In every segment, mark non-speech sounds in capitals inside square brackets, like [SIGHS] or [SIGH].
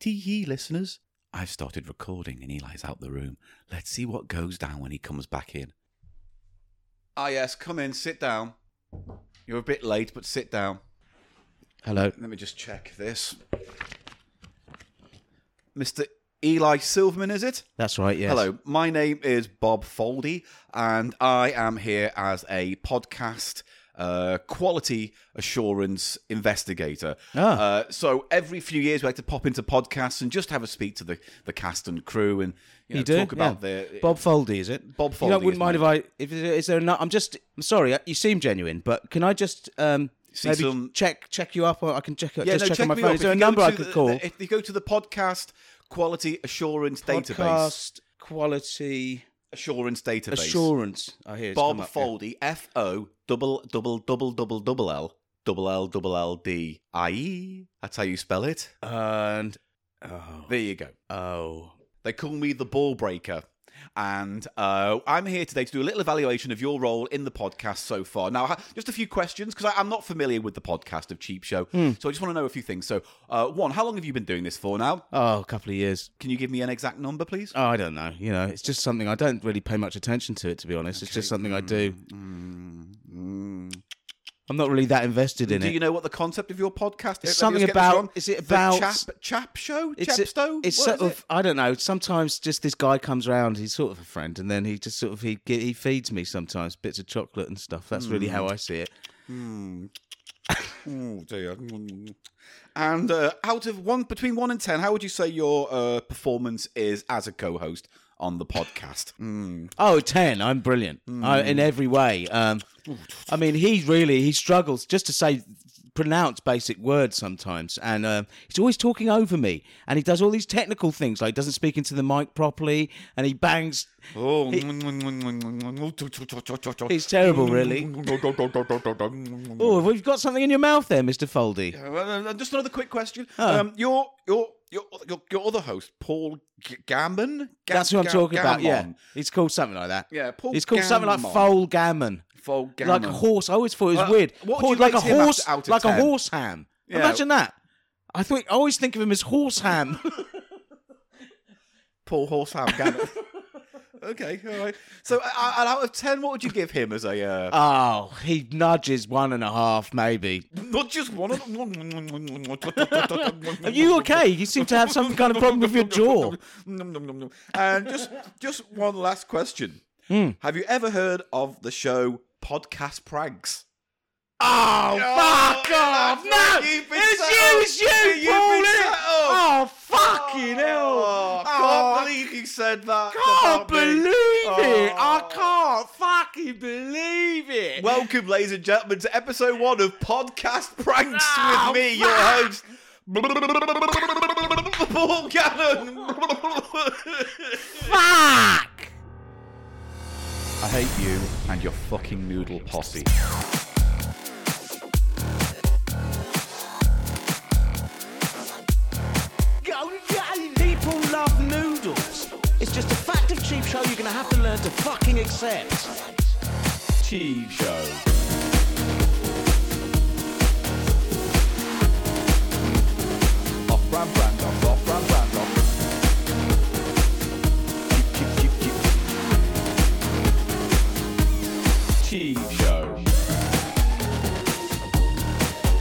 Tee E hee, listeners. I've started recording and Eli's out the room. Let's see what goes down when he comes back in. Ah, yes, come in, sit down. You're a bit late, but sit down. Hello. Let me just check this. Mr. Eli Silverman, is it? That's right, yes. Hello, my name is Bob Foldy, and I am here as a podcast uh, quality assurance investigator. Ah. Uh, so every few years, we like to pop into podcasts and just have a speak to the, the cast and crew and you know, You do? talk about Yeah. the. Bob Foldy, is it? Bob You know, I Foldy wouldn't is mind if my- I. If is there not? I'm just. I'm sorry. uh, You seem genuine, but can I just um, See maybe some- check check you up, or I can check yeah, just no, check, check on my me phone. up. Is there a If you go number I to could the- call? if you go to the podcast quality assurance database, Podcast quality assurance database, assurance. I hear it's Bob come up, yeah. Foldy, F O double double double double double L double L double L D I E. That's how you spell it. And oh, There you go. oh, They call me the ball breaker. And uh, I'm here today to do a little evaluation of your role in the podcast so far. Now, ha- just a few questions because I'm not familiar with the podcast of Cheap Show, Hmm. so I just want to know a few things. So, uh, one, how long have you been doing this for now? oh, a couple of years. Can you give me an exact number, please? Oh, I don't know. You know, it's just something I don't really pay much attention to it, to be honest. It's just something I do. Mm, I'm not really that invested in Do it. you know what the concept of your podcast is? It's Let me something just get this about- wrong. is it The about- chap chap show? it's Chepstow? it's What sort is of I don't know. Sometimes just this guy comes round. He's sort of a friend, and then he just sort of he ge- he feeds me sometimes bits of chocolate and stuff. That's really Mm. how I see it. Oh dear. And uh, out of one, between one and ten, how would you say your uh, performance is as a co-host on the podcast? Mm. Oh, 10. I'm brilliant I, in every way. Um, I mean, he really he struggles just to say pronounce basic words sometimes, and um he's always talking over me, and he does all these technical things like doesn't speak into the mic properly, and he bangs. [LAUGHS] Oh, mm, It's terrible, really. mm, Oh, have we got something in your mouth there, Mister Foldy? Uh, Just another quick question. Um, your your your your your other host, Paul G- Gammon. Ga- That's what I'm Ga- talking about. Yeah, Gammon. it's called something like that. Yeah, Paul it's called something like Gammon. foal gammon, Paul Gammon. like a horse. I always thought it was Uh, weird. what would Paul- you like a rate him horse, out- out of like 10? a horse ham. Yeah. Imagine that. I think I always think of him as horse [LAUGHS] ham. Paul Horsehound Gammon. [LAUGHS] okay, all right. So, uh, uh, out of ten, what would you give him as a? Uh, oh, he nudges one and a half, maybe. Not just one of Are them. [LAUGHS] you okay? You seem to have some kind of problem with your Oh, jaw. And just just one last question. Have you ever heard of the show Podcast Pranks? Oh, fuck yeah, off! that's No, right, you've been it's set you, up. it's you, You've Paul. been isn't set it? up. Oh, fucking Oh, hell! I Oh, can't believe you said that. can't about me. believe it! I Oh. can't fucking believe it! Welcome, ladies and gentlemen, to episode one of Podcast Pranks Oh, with me, your fuck. host, Paul Gannon. fuck! I hate you and your fucking noodle posse. People love noodles. It's just a fact of cheap show you're gonna have to learn to fucking accept. Cheese show. Off brand brand off, off brand brand off. Cheap, cheap, cheap, cheap, cheap. Cheese show.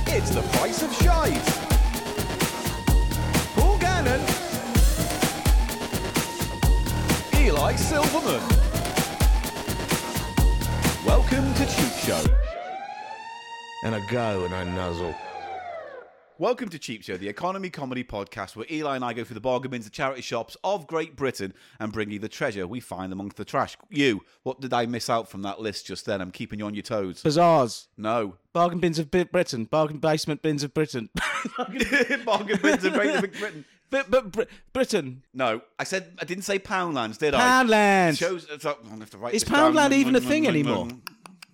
It's the price of shite. Paul Gannon. Eli Silverman. Welcome to Cheap Show. And I go and I nuzzle. Welcome to Cheap Show, the economy comedy podcast where Eli and I go through the bargain bins, the charity shops of Great Britain, and bring you the treasure we find amongst the trash. You, what did I miss out from that list just then? I'm keeping you on your toes. Bazaars. No. Bargain bins of Bi- Britain. Bargain basement bins of Britain. [LAUGHS] [LAUGHS] bargain bins of Great Britain. but but Br- Britain. No, I said I didn't say Poundlands, did I? Poundland. Shows. it's like- I'm gonna have to write Is this down. Mm, Poundland even a thing anymore?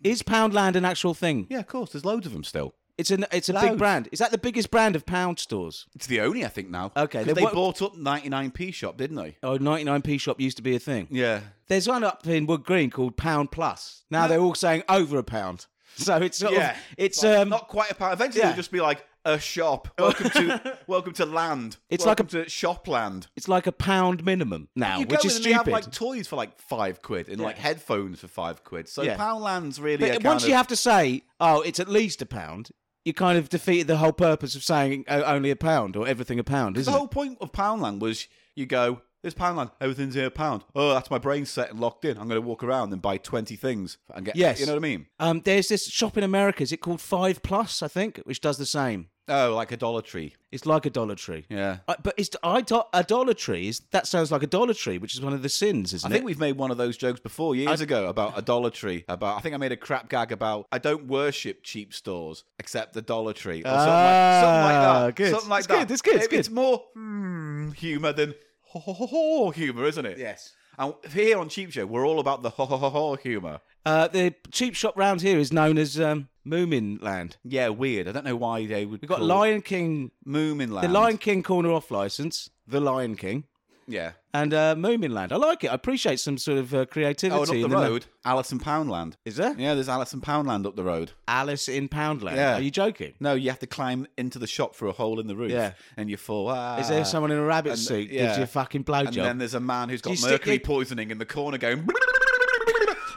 Is Poundland an actual thing? Yeah, of course. There's loads of them still. It's an it's a Loads. big brand. Is that the biggest brand of pound stores? It's the only, I think, now. Okay, 'Cause then they what- bought up 99p shop, didn't they? Oh, 99p shop used to be a thing. Yeah. There's one up in Wood Green called Pound Plus. Now they're all saying over a pound. [LAUGHS] So it's sort Yeah. of it's Like, um not quite a pound. Eventually, yeah. it'll just be like a [LAUGHS] shop. Welcome to welcome to land. It's welcome like a to shopland. It's like a pound minimum now, You go which is in and they have stupid. like toys for like five quid and like headphones for five quid. So Yeah. Poundland's really. But a kind once you of- have to say, oh, it's at least a pound, you kind of defeated the whole purpose of saying oh, only a pound or everything a pound, the isn't whole point of Poundland was you go. There's Poundland. Everything's here. Pound. Oh, that's my brain set and locked in. I'm going to walk around and buy twenty things and get. Yes. You know what I mean? it? Um, there's this shop in America, is it called Five Plus, I think, which does the same. Oh, like a Dollar Tree. It's like a Dollar Tree. Yeah. I, but it's idol- idolatry. Is that sounds like idolatry, which is one of the sins, I isn't think it? we've made one of those jokes before years ago about idolatry. About I think I made a crap gag about I don't worship cheap stores except the Dollar Tree or something, like, something like Ah, that. good. Something like It's that. good, it's good, it's It- It's more hmm, humor than ho ho ho ho humor, isn't it? Yes. And here on Cheap Show, we're all about the ho ho ho ho humor. Uh, the cheap shop round here is known as um, Moomin Land. Yeah, weird. I don't know why they would. We've got Lion King, Moomin Land. the Lion King corner off license, the Lion King, Yeah. and uh, Moomin Land. I like it. I appreciate some sort of uh, creativity. Oh, and in up the na- road, Alice in Poundland. is there Yeah, there's Alice in Poundland up the road. Alice in Poundland? Yeah. Are you joking? No, you have to climb into the shop through a hole in the roof. Yeah. And you fall. Ah. Is there someone in a rabbit and- uh, suit yeah. gives you a fucking And then blowjob? there's a man who's you got stick mercury it- poisoning in the corner going [LAUGHS]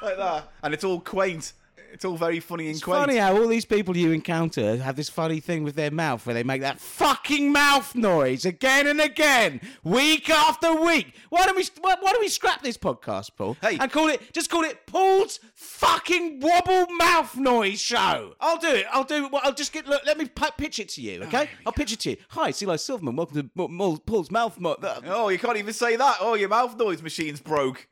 like that, and it's all quaint. It's all very funny and It's quaint. funny how all these people you encounter have this funny thing with their mouth where they make that fucking mouth noise again and again, week after week. Why don't we? Why, why don't we scrap this podcast, Paul? Hey. and call it just call it Paul's fucking wobble mouth noise show. I'll do it. I'll do. it. Well, I'll just get. Look, let me p- pitch it to you, okay? Oh I'll pitch it to you. Hi, it's Eli Silverman. Welcome to Mo- Mo- Paul's mouth. Mo- uh, Oh, you can't even say that. Oh, your mouth noise machine's broke.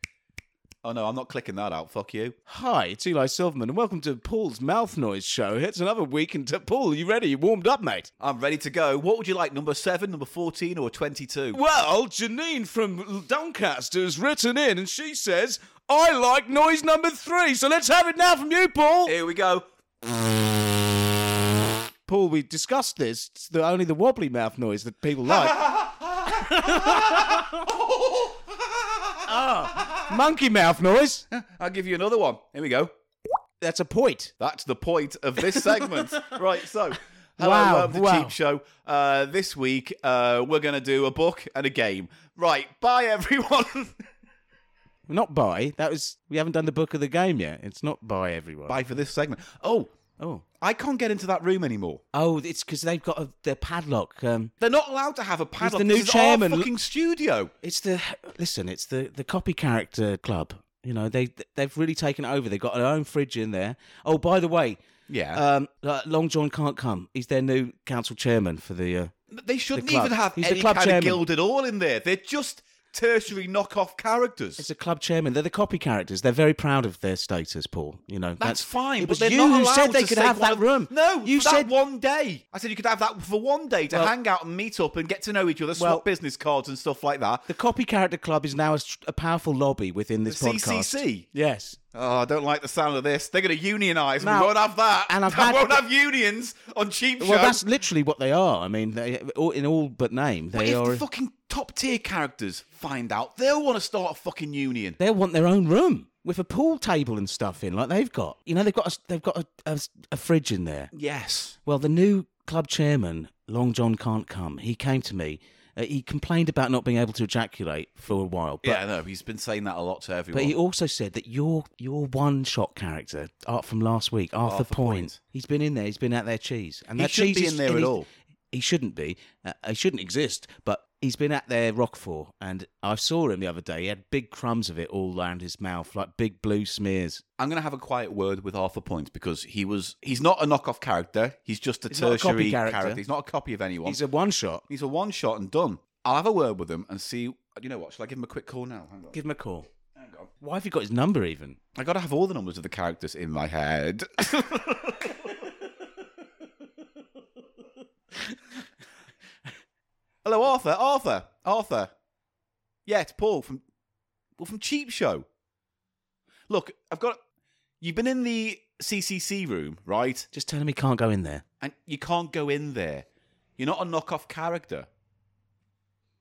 Oh no, I'm not clicking that out. Fuck you. Hi, it's Eli Silverman, and welcome to Paul's mouth noise show. It's another week, and Paul, you ready? You warmed up, mate. I'm ready to go. What would you like, number seven, number fourteen, or twenty-two? Well, Janine from Doncaster has written in and she says, I like noise number three. So let's have it now from you, Paul. Here we go. Paul, we discussed this. It's the, only the wobbly mouth noise that people [LAUGHS] like. Ah, Monkey mouth noise. I'll give you another one. Here we go. That's a point. That's the point of this [LAUGHS] segment. right, so. Hello, Wow, welcome to wow. Cheap Show. Uh, this week, uh, we're going to do a book and a game. Right, bye everyone. [LAUGHS] Not by. That was. We haven't done the book of the game yet. It's not by everyone. bye for this segment. Oh, Oh. I can't get into that room anymore. Oh, it's because they've got a, their padlock. Um, They're not allowed to have a padlock. the new this is chairman. Our fucking studio. It's the listen. It's the the copy character club. You know they they've really taken over. They've got their own fridge in there. Oh, by the way, Yeah. um, uh, Long John can't come. He's their new council chairman for the. Uh, they shouldn't club. even have He's the any club kind chairman. of guild at all in there. They're just tertiary knockoff characters. it's a club chairman. They're the copy characters. They're very proud of their status, Paul. You know that's, It fine, but was they're you not who allowed said they to could take have one that of- room. No, you for that said one day. I said you could have that for one day to Well- hang out and meet up and get to know each other, swap Well- business cards and stuff like that. the copy character club is now a, str- a powerful lobby within this The podcast. CCC? Yes. Oh, I don't like the sound of this. They're going to unionize. Now- [LAUGHS] we won't have that. and I've I had- won't have unions on cheap Well, show. that's literally what they are. I mean, they all, in all but name, But they if are. the fucking top tier characters find out, they'll want to start a fucking union. they want their own room with a pool table and stuff in, like they've got. You know, they've got a, they've got a, a, a fridge in there. Yes. Well, the new club chairman, Long John, can't come. He came to me. Uh, he complained about not being able to ejaculate for a while, but. yeah, no, he's been saying that a lot to everyone. But he also said that your your one shot character, Art from last week, Arthur, Arthur Point, Point. he's been in there. He's been out there cheese, and He that shouldn't cheese be is- in there and at he's- all. He shouldn't be. Uh, he shouldn't exist. But he's been out there Rockfort, and I saw him the other day. He had big crumbs of it all around his mouth, like big blue smears. I'm going to have a quiet word with Arthur Point because he was he's not a knockoff character. He's just a He's not a copy tertiary character. He's not a copy of anyone. He's a one shot. He's a one shot and done. I'll have a word with him and see. You know what? Shall I give him a quick call now? Hang on. Give him a call. Hang on. Why have you got his number even? I got to have all the numbers of the characters in my head. Hello, Arthur. Arthur. Arthur. Yeah, it's Paul from well from Cheap Show. Look, I've got. You've been in the CCC room, right? Just tell him he can't go in there. And you can't go in there. You're not a knockoff character.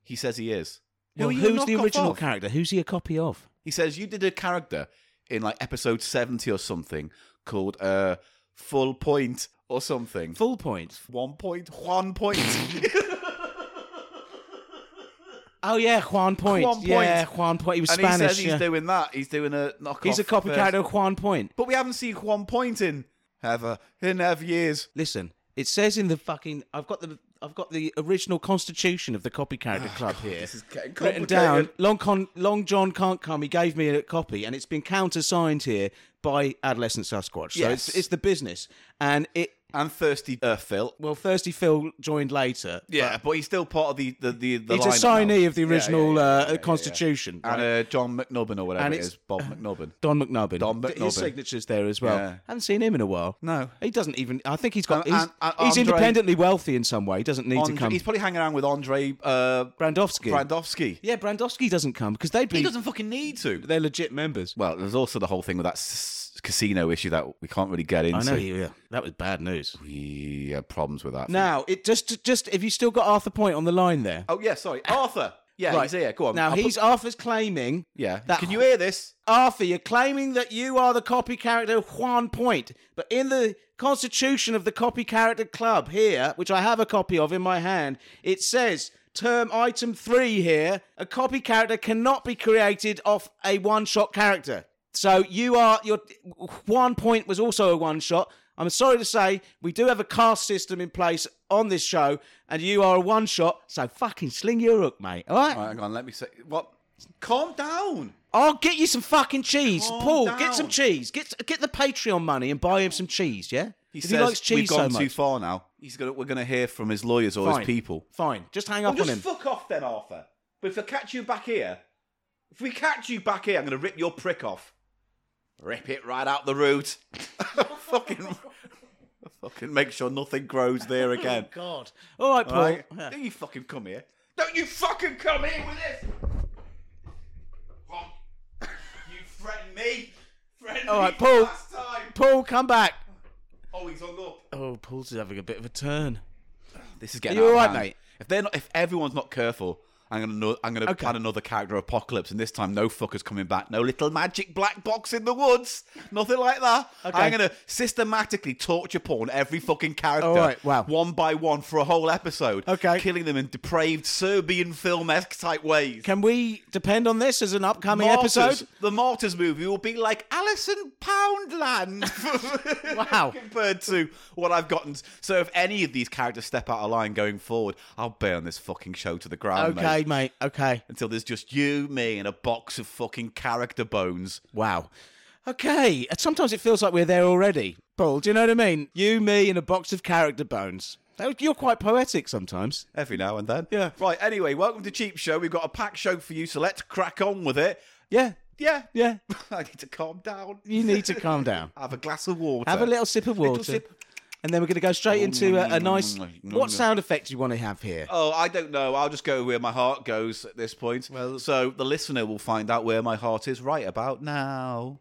He says he is. Who Well, are you a who's the knockoff original of? character? Who's he a copy of? He says you did a character in like episode seventy or something called uh, Full Point or something. Full point. One point, [LAUGHS] one point. [LAUGHS] Oh yeah, Juan Point. Juan Point. Yeah, Juan Point. He was and he Spanish. says he's yeah. doing that. He's doing a knockoff. He's a version. copycat of Juan Point. But we haven't seen Juan Point in ever in ever years. Listen, it says in the fucking. I've got the. I've got the original constitution of the copy [SIGHS] character club here. This is getting written complicated. down. Long, con, Long John can't come. He gave me a copy, and it's been countersigned here by Adolescent Sasquatch. So Yes. it's, it's the business, and it. And thirsty uh, Phil. Well, Thirsty Phil joined later. Yeah, but, he's still part of the the the. the He's a lineup now. signee of the Yeah, yeah, original yeah, uh, yeah, yeah, yeah. Constitution. And uh, John McNubbin or whatever And it it's- is, Bob McNubbin. Don McNubbin. Don McNubbin. His signature's there as well. Yeah. Haven't seen him in a while. No. He doesn't even. I think he's got. And- he's and- and he's Andre- independently wealthy in some way. He doesn't need Andre- to come. he's probably hanging around with Andre uh, Brandowski. Brandowski. yeah, Brandowski doesn't come because they'd He be. doesn't fucking need to. They're legit members. Well, there's also the whole thing with that s- casino issue that we can't really get into. I know. Yeah, that was bad news. We had problems with that. Now it just just if you still got Arthur Point on the line there. Oh yeah, sorry, Arthur. Yeah, Right. he's here. Go on. Now I'll put- he's Arthur's claiming. Yeah. that- Can you hear this? Arthur, you're claiming that you are the copy character of Juan Point, but in the constitution of the copy character club here, which I have a copy of in my hand, it says term item three here a copy character cannot be created off a one shot character. So you are your Juan Point was also a one shot. I'm sorry to say we do have a cast system in place on this show, and you are a one shot. So fucking sling your hook, mate. All right. All right, hang on. Let me say what. Calm down. I'll get you some fucking cheese, Calm Paul. down. Get some cheese. Get get the Patreon money and buy him some cheese. Yeah, He if says he likes cheese we've gone so too much. far now. He's gonna. We're gonna hear from his lawyers or Fine. his people. Fine, just hang up Well, on just him. fuck off then, Arthur. But if I catch you back here, if we catch you back here, I'm going to rip your prick off. Rip it right out the root. [LAUGHS] fucking, [LAUGHS] fucking make sure nothing grows there again. God. All right, Paul. [LAUGHS] Right? Yeah. Don't you fucking come here. Don't you fucking come here with this. What? You threatened me. Threatened All right, me Paul. last time. Paul, come back. Oh, he's hung up. Oh, Paul's having a bit of a turn. This is getting Are you out of all right, hand. mate? If they're not, if everyone's not careful, I'm gonna no, I'm gonna Okay. add another character apocalypse, and this time no fuckers coming back, no little magic black box in the woods, nothing like that. Okay. I'm gonna systematically torture porn every fucking character, All right, wow. one by one for a whole episode, Okay. killing them in depraved Serbian film esque type ways. Can we depend on this as an upcoming Martyrs- episode? The Martyrs movie will be like Alison Poundland. [LAUGHS] Wow. [LAUGHS] Compared to what I've gotten. So if any of these characters step out of line going forward, I'll burn this fucking show to the ground, Okay, mate. mate. Okay. Until there's just you, me, and a box of fucking character bones. Wow. Okay. And Sometimes it feels like we're there already, Paul. Do you know what I mean? You, me, and a box of character bones. That- You're quite poetic sometimes. Every now and then. Yeah. Right, anyway, welcome to Cheap Show. We've got a packed show for you, so let's crack on with it. Yeah. Yeah. Yeah. [LAUGHS] I need to calm down. You need [LAUGHS] to calm down. Have a glass of water. Have a little sip of water. sip. And then we're going to go straight into a, a nice. Mm, What mm. sound effect do you want to have here? [LAUGHS] Oh, I don't know. I'll just go where my heart goes at this point. Well, so the listener will find out where my heart is right about now.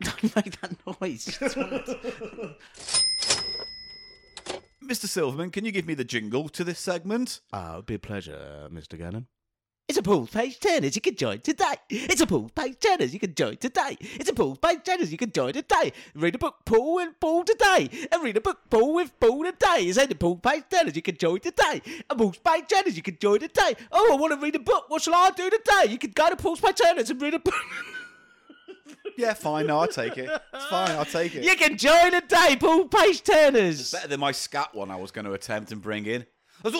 Don't make that [LAUGHS] noise. Mr. Silverman, can you give me the jingle to this segment? Ah, it would be a pleasure, Mr. Gannon. It's a pool page turners you can join today. It's a pool page turners you can join today. It's a pool page turners you can join today. Read a book, pool and pool today. And read a book, pool with pool today. It's any pool page turners you can join today. A pool page turners you can join today. Oh, I want to read a book. What shall I do today? You can go to pools page turners and read a book. Yeah, fine. No, I'll take it. It's fine. I'll take it. you can join today, pool page turners. Better than my scat one I was going to attempt and bring in. [LAUGHS] I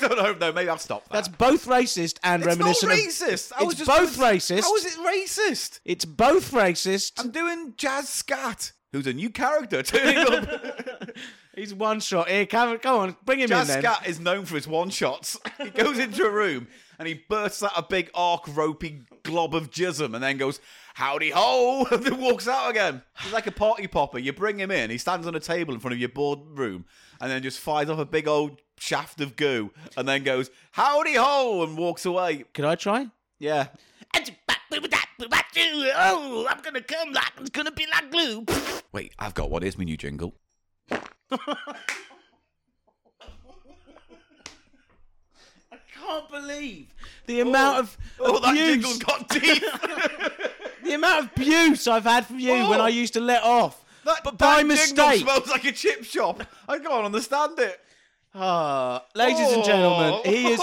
don't know. No, maybe I'll stop that. That's both racist and it's not reminiscent. of- racist. I was it's just both gonna- racist. How is it racist? It's both racist. I'm doing jazz scat. Who's a new character [LAUGHS] turning up? He's one shot here. Come, come on, bring him in then. Jascat is known for his one shots. [LAUGHS] he goes into a room and he bursts out a big arc ropey glob of jism and then goes, Howdy ho! [LAUGHS] and then walks out again. He's like a party popper. You bring him in, he stands on a table in front of your boardroom and then just fires off a big old shaft of goo and then goes, Howdy ho! and walks away. Could I try? Yeah. Oh, I'm gonna come like it's gonna be like glue. Wait, I've got what is my [LAUGHS] new jingle. I can't believe the amount of Oh, that jingle's abuse, [LAUGHS] got teeth! the amount of abuse I've had from you when Oh. I used to let off. That, But that by jingle mistake. smells like a chip shop. I can't understand it. Ah, ladies and gentlemen, he is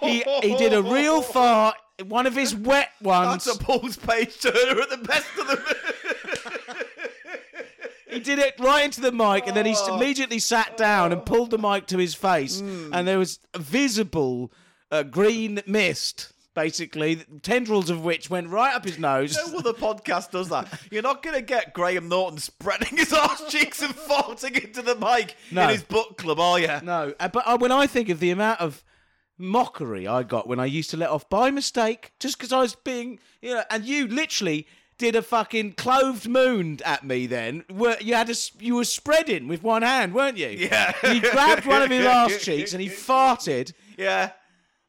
he he did a real fart, one of his wet ones. Oh. That's a Paul's page turner at the best of them. He did it right into the mic, and then he s- Oh. immediately sat down and pulled the mic to his face, Hmm. and there was a visible uh, green mist, basically tendrils of which went right up his nose. No other podcast does that. You're not going to get Graham Norton spreading his arse cheeks and farting into the mic No. in his book club, are you? No, uh, but uh, when I think of the amount of mockery I got when I used to let off by mistake, just because I was being, you know, and you literally did a fucking clothed moon at me. Then where you had a, s- you were spreading with one hand, weren't you? Yeah. You grabbed one [LAUGHS] of his ass cheeks and he farted Yeah.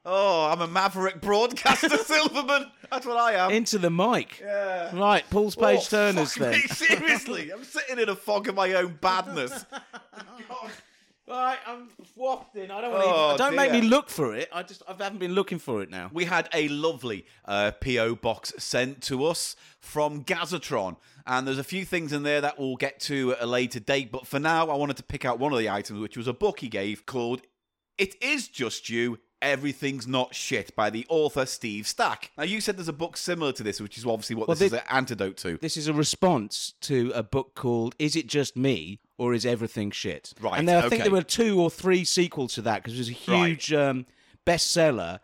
Oh, I'm a maverick broadcaster, [LAUGHS] Silverman. That's what I am. into the mic. Yeah. Right, Paul's Page Oh, Turner's fuck then. me, seriously, I'm sitting in a fog of my own badness. [LAUGHS] Right, I'm wafting. I don't want to. Oh, don't make dear. me look for it. I just I haven't been looking for it now. we had a lovely uh, PO box sent to us from Gazatron, and there's a few things in there that we'll get to at a later date. But for now, I wanted to pick out one of the items, which was a book he gave called "It Is Just You." Everything's Not Shit by the author Steve Stack. Now, you said there's a book similar to this, which is obviously what this thi- is an antidote to. This is a response to a book called "Is It Just Me or Is Everything Shit?" Right, and there, I okay. think there were two or three sequels to that because it was a Right. huge um, bestseller.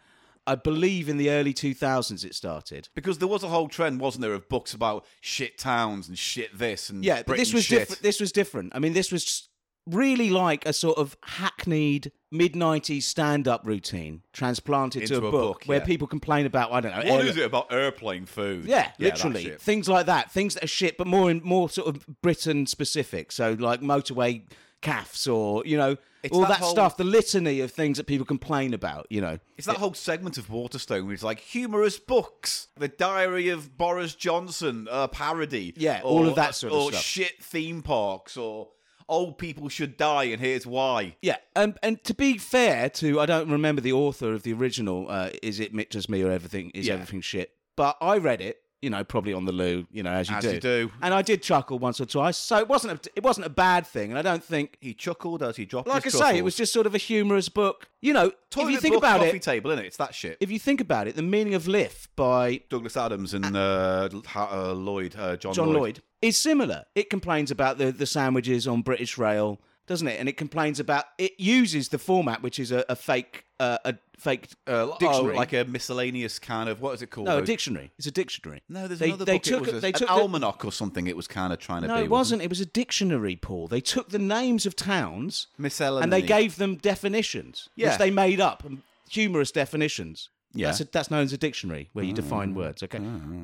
I believe in the early 2000s it started. Because there was a whole trend, wasn't there, of books about shit towns and shit this and Yeah, but Britain this was shit. different. This was different. I mean, this was really like a sort of hackneyed mid '90s stand-up routine transplanted to Into a, book, a book, where yeah. people complain about I don't know What airli- is it about airplane food? Yeah, that literally shit. things like that. Things that are shit, but more in more sort of Britain specific. So like motorway calfs or you know It's all that that, whole- stuff. The litany of things that people complain about. You know, It's that whole segment of Waterstone where it's like humorous books, the Diary of Boris Johnson, a parody. Yeah, all of that sort of or stuff. shit theme parks or old people should die and here's why. yeah. Um, and to be fair to, I don't remember the author of the original. Uh, is it Mitch just me or everything? Is Yeah. everything shit? But I read it. You know, probably on the loo. You know, as you As do. you do. And I did chuckle once or twice. So it wasn't a, it wasn't a bad thing. And I don't think. He chuckled as he dropped. Like I his say, it was just sort of a humorous book. You know, if you Toilet think book, about coffee it, table, innit? It's that shit. if you think about it, the meaning of lift by Douglas Adams and uh, Ha- uh, Lloyd, uh, John, John Lloyd. Lloyd. is similar. It complains about the, the sandwiches on British Rail, doesn't it? And it complains about it uses the format which is a, a fake uh, a fake Uh, Dictionary. Oh, like a miscellaneous kind of what is it called? no a Those- dictionary. It's a dictionary. No, there's they, another they book. Took, it was a, they took an the- almanac or something. It was kind of trying to no, be. it wasn't. It was a dictionary, Paul. They took the names of towns Miscellany. and they gave them definitions, Yeah. which they made up, um, humorous definitions. Yeah. Mm. Mm-hmm. That's, a, that's known as a dictionary, where you define words. Okay,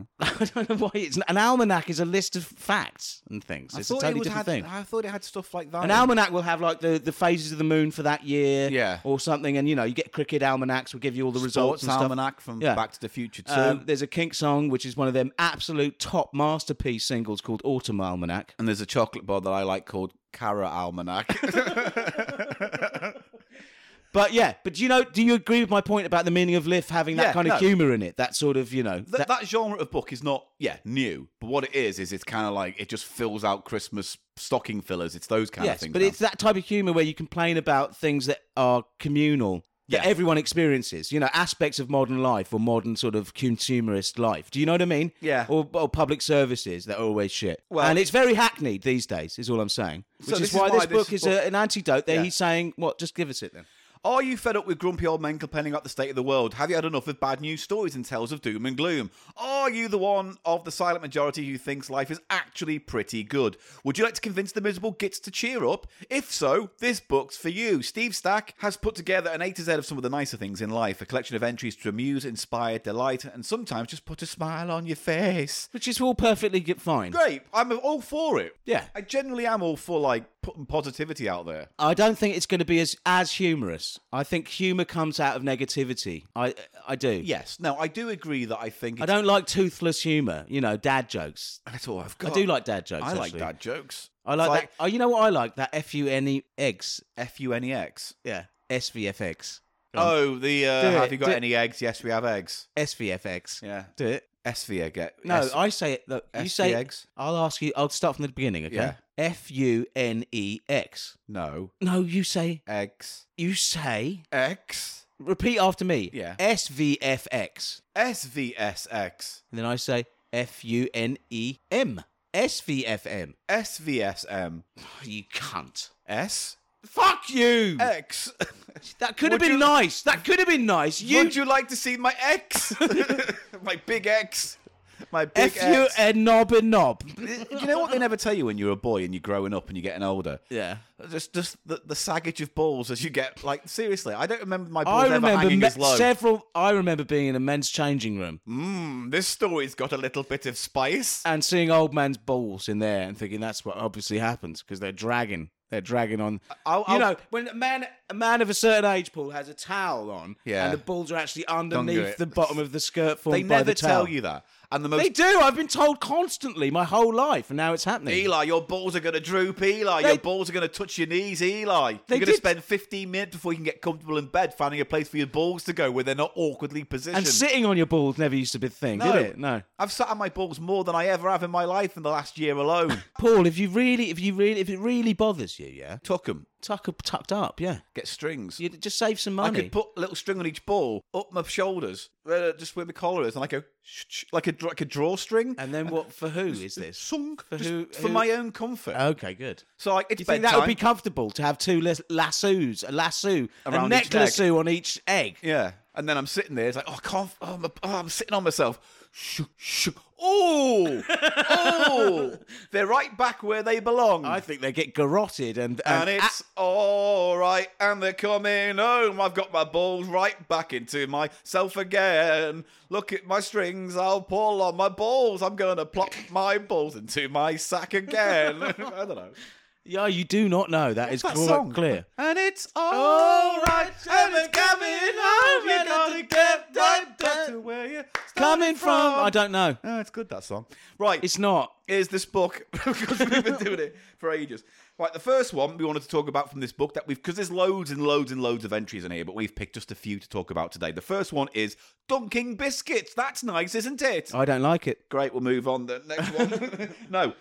[LAUGHS] I don't know why it's an almanac is a list of facts and things. I it's a thought totally it was different had, thing. I thought it had stuff like that. An almanac will have like the, the phases of the moon for that year, Yeah. or something, and you know you get cricket almanacs will give you all the results Results and stuff. almanac from Yeah. Back to the Future too. Um, there's a Kink song which is one of them absolute top masterpiece singles called Autumn Almanac. and there's a chocolate bar that I like called Cara Almanac. But yeah, but do you know? Do you agree with my point about the meaning of lift having that Yeah, kind of no. humour in it? That sort of you know [LAUGHS] that, that genre of book is not, yeah, new. But what it is is it's kind of like it just fills out Christmas stocking fillers. It's those kind of Yes, things. but now. it's that type of humor where you complain about things that are communal that Yeah. everyone experiences. You know, aspects of modern life or modern sort of consumerist life. Do you know what I mean? Yeah. Or, or public services that are always shit. Well- and it's very hackneyed these days. Is all I'm saying. Which So is, this is why why this this book is book- a, an antidote. There Yeah. he's saying, "What? Just give us it then." Are you fed up with grumpy old men complaining about the state of the world? Have you had enough of bad news stories and tales of doom and gloom? Are you the one of the silent majority who thinks life is actually pretty good? Would you like to convince the miserable gits to cheer up? If so, this book's for you. Steve Stack has put together an A to Z of some of the nicer things in life, a collection of entries to amuse, inspire, delight, and sometimes just put a smile on your face. Which is all perfectly g- fine. Great, I'm all for it. Yeah. I generally am all for like putting positivity out there. I don't think it's going to be as as humorous. I think humor comes out of negativity. I I do. Yes. Now, I do agree that I think I it's, don't like toothless humor. You know, dad jokes. that's all I've I got. do like dad jokes. I like actually. dad jokes. I like, It's that. Oh, you know what I like? That F U N E X. F U N E X. Yeah. S V F X. Oh, the uh, Do have it, you got do- any eggs? Yes, we have eggs. S V F X. Yeah. Do it. Svea get No, S- I say it. Look, you S say V eggs? I'll ask you. I'll start from the beginning. Okay. Yeah. F U N E X. no No, you say. eggs You say. X Repeat after me. Yeah. S V F X. S V S X And then I say F U N E M. S V F M. Oh, S V S M You cunt. S Fuck you. X. that could have Eh, been would you- nice. That could have been nice. You. Would [LAUGHS] you like to see my [LAUGHS] X? my big X. My big F U E X. N knob and knob. you know what they never tell you when you're a boy and you're growing up and you're getting older? Yeah. Just just the, the saggage of balls as you get like seriously, I don't remember my balls I ever remember hanging me- as low. several. I remember being in a men's changing room Mm, this story's got a little bit of spice. and seeing old man's balls in there and thinking that's what obviously happens because they're dragging. They're dragging on. I'll- you I'll- know, when a man a man of a certain age, Paul, has a towel on, Yeah. and the balls are actually it. underneath the bottom of the skirt formed They by never the towel. tell you that. And the most They do. I've been told constantly my whole life, and now it's happening. [LAUGHS] Eli, your balls are going to droop. Eli, They- your balls are going to touch your knees. Eli, They you're going to did- spend 15 minutes before you can get comfortable in bed, finding a place for your balls to go where they're not awkwardly positioned. and sitting on your balls never used to be a thing, No. did it? No. I've sat on my balls more than I ever have in my life in the last year [LAUGHS] alone. Paul, if you really, if you really, if it really bothers you, yeah, Tuck 'em, tuck up, tucked up, yeah, get strings. you just save some I money. could put a little string on each ball up my shoulders, uh, just where my collar is, and I go sh- sh- like a dr- like a drawstring. And then what for who is this? Sung For for, who- for who- my own comfort. Okay, good. so like, it's Do you bedtime. think that would be comfortable to have two las- lassos, a lasso, a Around neck each leg. lasso on each egg? Yeah. And then I'm sitting there. It's like, oh, I can't. Oh, I'm, oh, I'm sitting on myself. Shoo, shoo. Oh, oh. They're right back where they belong. I think they get garrotted and Hmm. and and, it's all right. And they're coming home. I've got my balls right back into myself again. Look at my strings. I'll pull on my balls. I'm going to plop my balls into my sack again. [LAUGHS] I don't know. yeah, you do not know that is that quite song? clear. And it's all right. And it's coming home. You gotta get right back to where you Coming from, I don't know. Oh, it's good that song. Right, It's not. here's this book [LAUGHS] because we've been doing it for ages. Right, the first one we wanted to talk about from this book that we've because there's loads and loads and loads of entries in here, but we've picked just a few to talk about today. The first one is dunking biscuits. That's nice, isn't it? I don't like it. Great, we'll move on. The next one, [LAUGHS] no.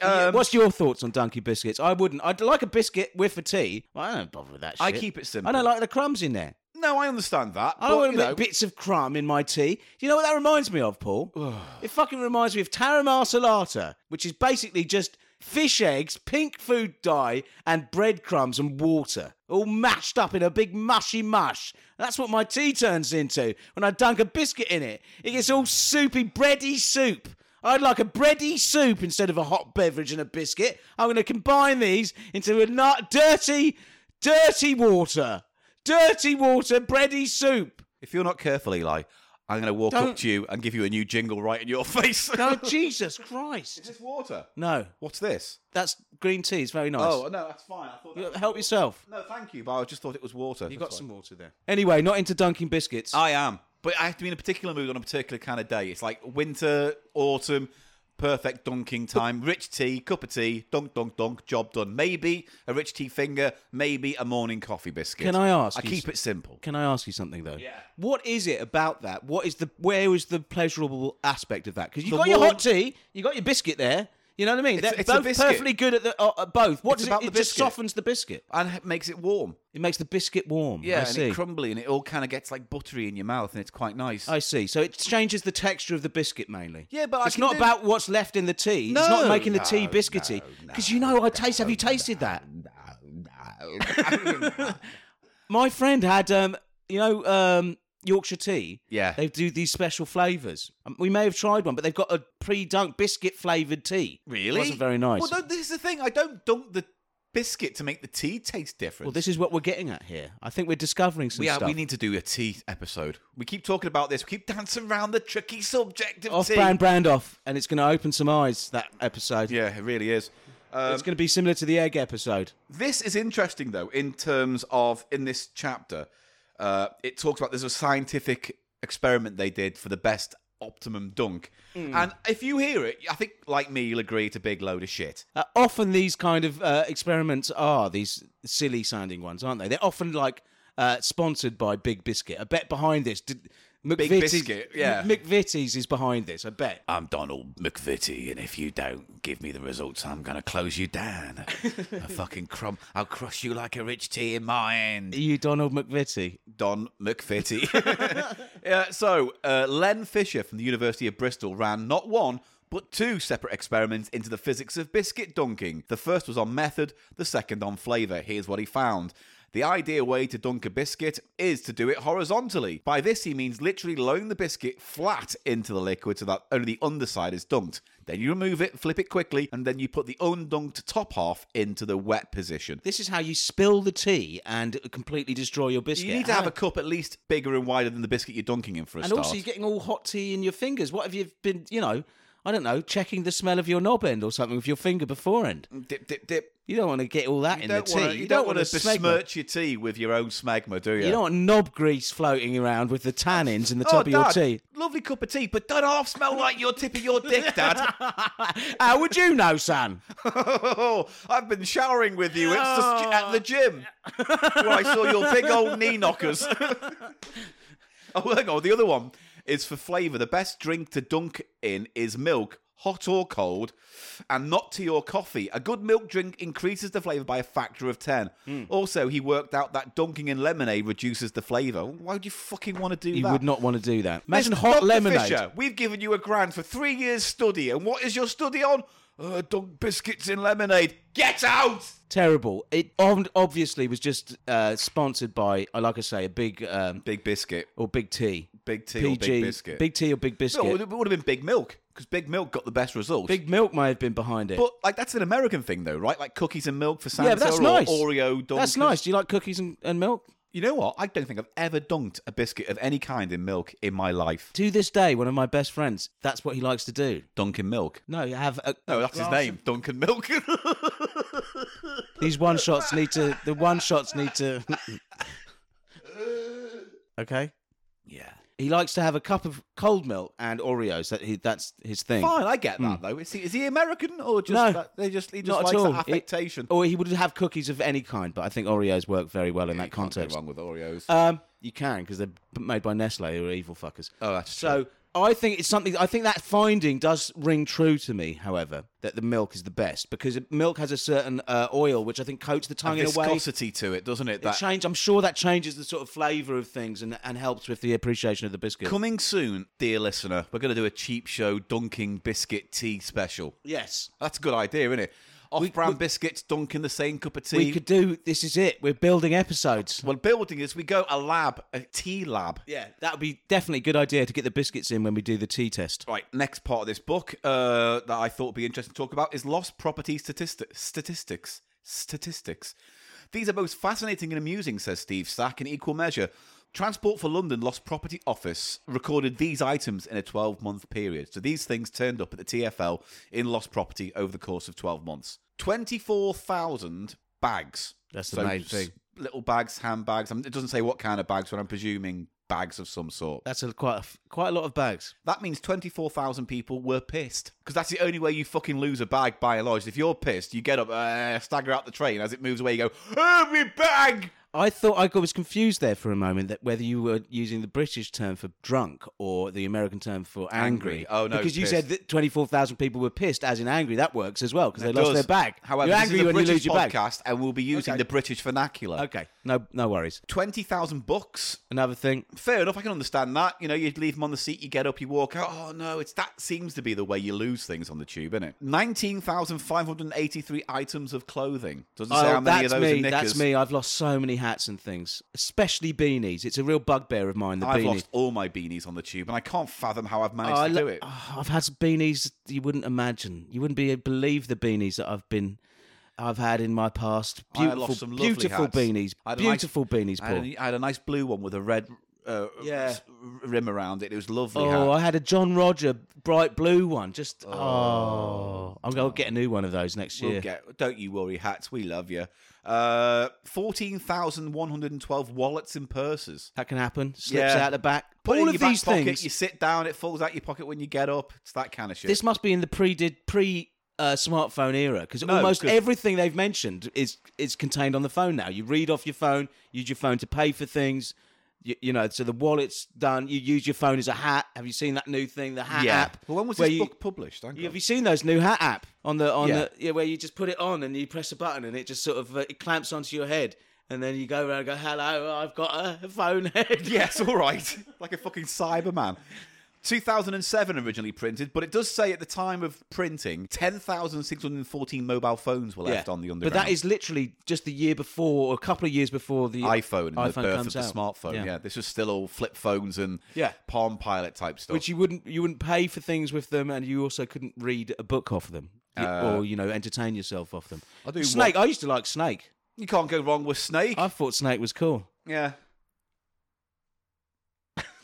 Um, What's your thoughts on donkey biscuits? I wouldn't. I'd like a biscuit with a tea. I don't bother with that. Shit. I keep it simple. I don't like the crumbs in there. no, I understand that. I but, don't want you a bit, know, bits of crumb in my tea. You know what that reminds me of, Paul? it fucking reminds me of tara salata, which is basically just fish eggs, pink food dye, and breadcrumbs and water, all mashed up in a big mushy mush. That's what my tea turns into when I dunk a biscuit in it. It gets all soupy, bready soup. I'd like a bready soup instead of a hot beverage and a biscuit. I'm going to combine these into a nut, dirty, dirty water. Dirty water, bready soup. if you're not careful, Eli, I'm going to walk up Don't- to you and give you a new jingle right in your [LAUGHS] face. Oh, Jesus Christ. Is this water? No, What's this? that's green tea. It's very nice. Oh no, that's fine. I thought. That You- Help yourself. No, thank you, but I just thought it was water. You That's got fine. some water there. Anyway, not into dunking biscuits. I am, but I have to be in a particular mood on a particular kind of day. It's like winter, autumn, perfect dunking time. Rich tea, cup of tea, dunk, dunk, dunk. Job done. Maybe a rich tea finger, maybe a morning coffee biscuit. Can I ask I you keep s- it simple. Can I ask you something though? Yeah. What is it about that? What is the where was the pleasurable aspect of that? Because you The got your warm- hot tea, you got your biscuit there. You know what I mean? They're it's a both biscuit. perfectly good at the uh, at both. What It's does about it, the it just biscuit. softens the biscuit. And it makes it warm. It makes the biscuit warm. I Yeah, and see. it crumbly, and it all kind of gets like buttery in your mouth, and it's quite nice. I see. So it changes the texture of the biscuit mainly. Yeah, but I it's can not do- about what's left in the tea. it's not No. making the tea No, biscuity. no, Because you know, I taste. Have you tasted that? [LAUGHS] My friend had, um, you know, um, Yorkshire tea. Yeah. They do these special flavours. Um, we may have tried one, but they've got a pre-dunk biscuit flavoured tea. Really? It wasn't very nice. Well, no, this is the thing. I don't dunk the biscuit to make the tea taste different. Well, this is what we're getting at here. I think we're discovering some we, are, stuff. we need to do a tea episode. We keep talking about this. We keep dancing around the tricky subject of tea. Off-brand brand off, and it's going to open some eyes. That episode. Yeah, it really is. Um, It's going to be similar to the egg episode. this is interesting, though, in terms of in this chapter, uh, it talks about there's a scientific experiment they did for the best optimum dunk. Hmm. And if you hear it, I think, like me, you'll agree it's a big load of shit. Uh, often these kind of uh, experiments are these silly sounding ones, aren't they? They're often like uh, sponsored by Big Biscuit. I bet behind this, did, Big McVitie's- Biscuit, yeah. McVitie's is behind this. I bet. I'm Donald McVitie, and if you don't give me the results, I'm going to close you down. [LAUGHS] a fucking crumb. I'll crush you like a rich tea in my hand. Are you Donald McVitie? Don McVitie. [LAUGHS] yeah, so, uh, Len Fisher from the University of Bristol ran not one, but two separate experiments into the physics of biscuit dunking. The first was on method, the second on flavour. Here's what he found. The ideal way to dunk a biscuit is to do it horizontally. By this, he means literally lowering the biscuit flat into the liquid so that only the underside is dunked. Then you remove it, flip it quickly, and then you put the undunked top half into the wet position. This is how you spill the tea and completely destroy your biscuit. You need to have How- a cup at least bigger and wider than the biscuit you're dunking in for a And start. also, you're getting all hot tea in your fingers. What have you been, you know, I don't know, checking the smell of your knob end or something with your finger beforehand? dip, dip, dip. You don't want to get all that in Don't the tea. wanna- you don't want to smegma. besmirch your tea with your own smegma, do you? You don't want knob grease floating around with the tannins in the oh, top of your Dad, [LAUGHS] tea. lovely cup of tea, but don't half smell like your tip of your dick, [LAUGHS] Dad. How would you know, son? oh, [LAUGHS] I've been showering with you. It's just at the gym where I saw your big old knee knockers. oh, hang on. The other one is for flavour. The best drink to dunk in is milk. Hot or cold, and not to your coffee. A good milk drink increases the flavour by a factor of 10. Also, he worked out that dunking in lemonade reduces the flavour. Why would you fucking want to do You that? would not want to do that. Imagine Mr. hot Dr. lemonade. Fisher, we've given you a grand for three years' study, and what is your study on? Uh, dunk biscuits in lemonade. Get out! Terrible. It ob- obviously was just uh, sponsored by, uh, like I say, a big um, Big biscuit, or big tea. big tea, or PG, big biscuit. Big tea or big biscuit. no, it would have been big milk because big milk got the best results. big milk may have been behind it. but like that's an American thing, though, right? Like cookies and milk for Santa yeah, but that's or nice. Oreo dunk. That's nice. Do you like cookies and, and milk? You know what? I don't think I've ever dunked a biscuit of any kind in milk in my life. To this day, one of my best friends, that's what he likes to do. Dunkin' milk. No, you have a, No, that's his name. Dunkin' milk. [LAUGHS] [LAUGHS] These one shots need to. The one shots need [LAUGHS] to. [LAUGHS] okay. yeah. He likes to have a cup of cold milk and Oreos. That he, that's his thing. Fine, I get that though. Is he, is he American or just Hmm. No, that- they just he just Not likes at all. that He- affectation? or he would have cookies of any kind, but I think Oreos work very well in that context. wrong with Oreos. Um, you can because they're p- made by Nestle, who are evil fuckers. Oh, that's so. I think it's something. I think that finding does ring true to me. However, that the milk is the best because milk has a certain uh, oil which I think coats the tongue in a way. viscosity to it, doesn't it? It That change. I'm sure that changes the sort of flavour of things and, and helps with the appreciation of the biscuit. coming soon, dear listener. We're going to do a cheap show dunking biscuit tea special. Yes. That's a good idea, isn't it? Off-brand biscuits dunking the same cup of tea. We could do this is it. We're building episodes. well, building is we go a lab, a tea lab. Yeah, that would be definitely a good idea to get the biscuits in when we do the tea test. Right, next part of this book uh, that I thought would be interesting to talk about is lost property statistics. Statistics. Statistics. These are both fascinating and amusing, says Steve Stack, in equal measure. Transport for London Lost Property Office recorded these items in a 12 month period. So these things turned up at the TFL in lost property over the course of 12 months. 24,000 bags. That's the main thing. s- Little bags, handbags. I mean, It doesn't say what kind of bags, but I'm presuming bags of some sort. That's a, quite a, f- quite a lot of bags. That means 24,000 people were pissed. Because that's the only way you fucking lose a bag by and large. If you're pissed, you get up, uh, stagger out the train. As it moves away, you go, Oh, my bag! I thought I was confused there for a moment that whether you were using the British term for drunk or the American term for angry. Angry. Oh, no, because you pissed. said that twenty four thousand people were pissed, as in angry. That works as well because they It lost does. their bag. However, you're this angry is a when British you lose your bag. podcast, and we'll be using Okay. the British vernacular. Okay, no, no worries. 20,000 bucks. Another thing. Fair enough, I can understand that. You know, you leave them on the seat, you get up, you walk out. Oh, no, it's that seems to be the way you lose things on the tube, isn't it? 19,583 items of clothing. Doesn't say Oh, how many of that's those me. are knickers. That's me. I've lost so many hats and things, especially beanies. It's a real bugbear of mine. The I've beanie. lost all my beanies on the tube, and I can't fathom how I've Oh, managed I to lo- do it. Oh, [SIGHS] I've had some beanies you wouldn't imagine. You wouldn't be believe the beanies that I've been, I've had in my past. I lost Beautiful, some lovely beautiful hats. beanies. I had a nice- Beautiful beanies, I had, Paul. a, I had a nice blue one with a red uh, Yeah. s- r- rim around it. It was lovely. Oh, hat. I had a John Roger bright blue one. Just oh, I'm gonna get a new one of those next Oh. We'll year. get- don't you worry, hats. We love you. Uh, Fourteen thousand one hundred and twelve wallets and purses. that can happen. Slips Yeah. out the back. Put it All of in your back these pocket, things. You sit down, it falls out your pocket when you get up. It's that kind of shit. This must be in the pre did pre uh, smartphone era because No, almost 'cause- everything they've mentioned is is contained on the phone now. You read off your phone, use your phone to pay for things. You, you know, so the wallet's done. You use your phone as a hat. Have you seen that new thing, the hat app? Well, when was where this you- book published? Hang you- have on. you seen those new hat app on the on Yeah. the yeah where you just put it on and you press a button and it just sort of uh, it clamps onto your head and then you go around and go hello I've got a phone [LAUGHS] head [LAUGHS] Yes, all right. Like a fucking Cyberman. 2007 originally printed, but it does say at the time of printing, 10,614 mobile phones were left on the underground. But that is literally just the year before, or a couple of years before the uh, iPhone and the iPhone birth of comes the out. smartphone. Yeah. this was still all flip phones and Yeah. Palm Pilot type stuff. which you wouldn't you wouldn't pay for things with them, and you also couldn't read a book off them, Y- or you know entertain yourself off them. Uh, I do Snake. I used to like Snake. you can't go wrong with Snake. I thought Snake was cool. [LAUGHS] yeah.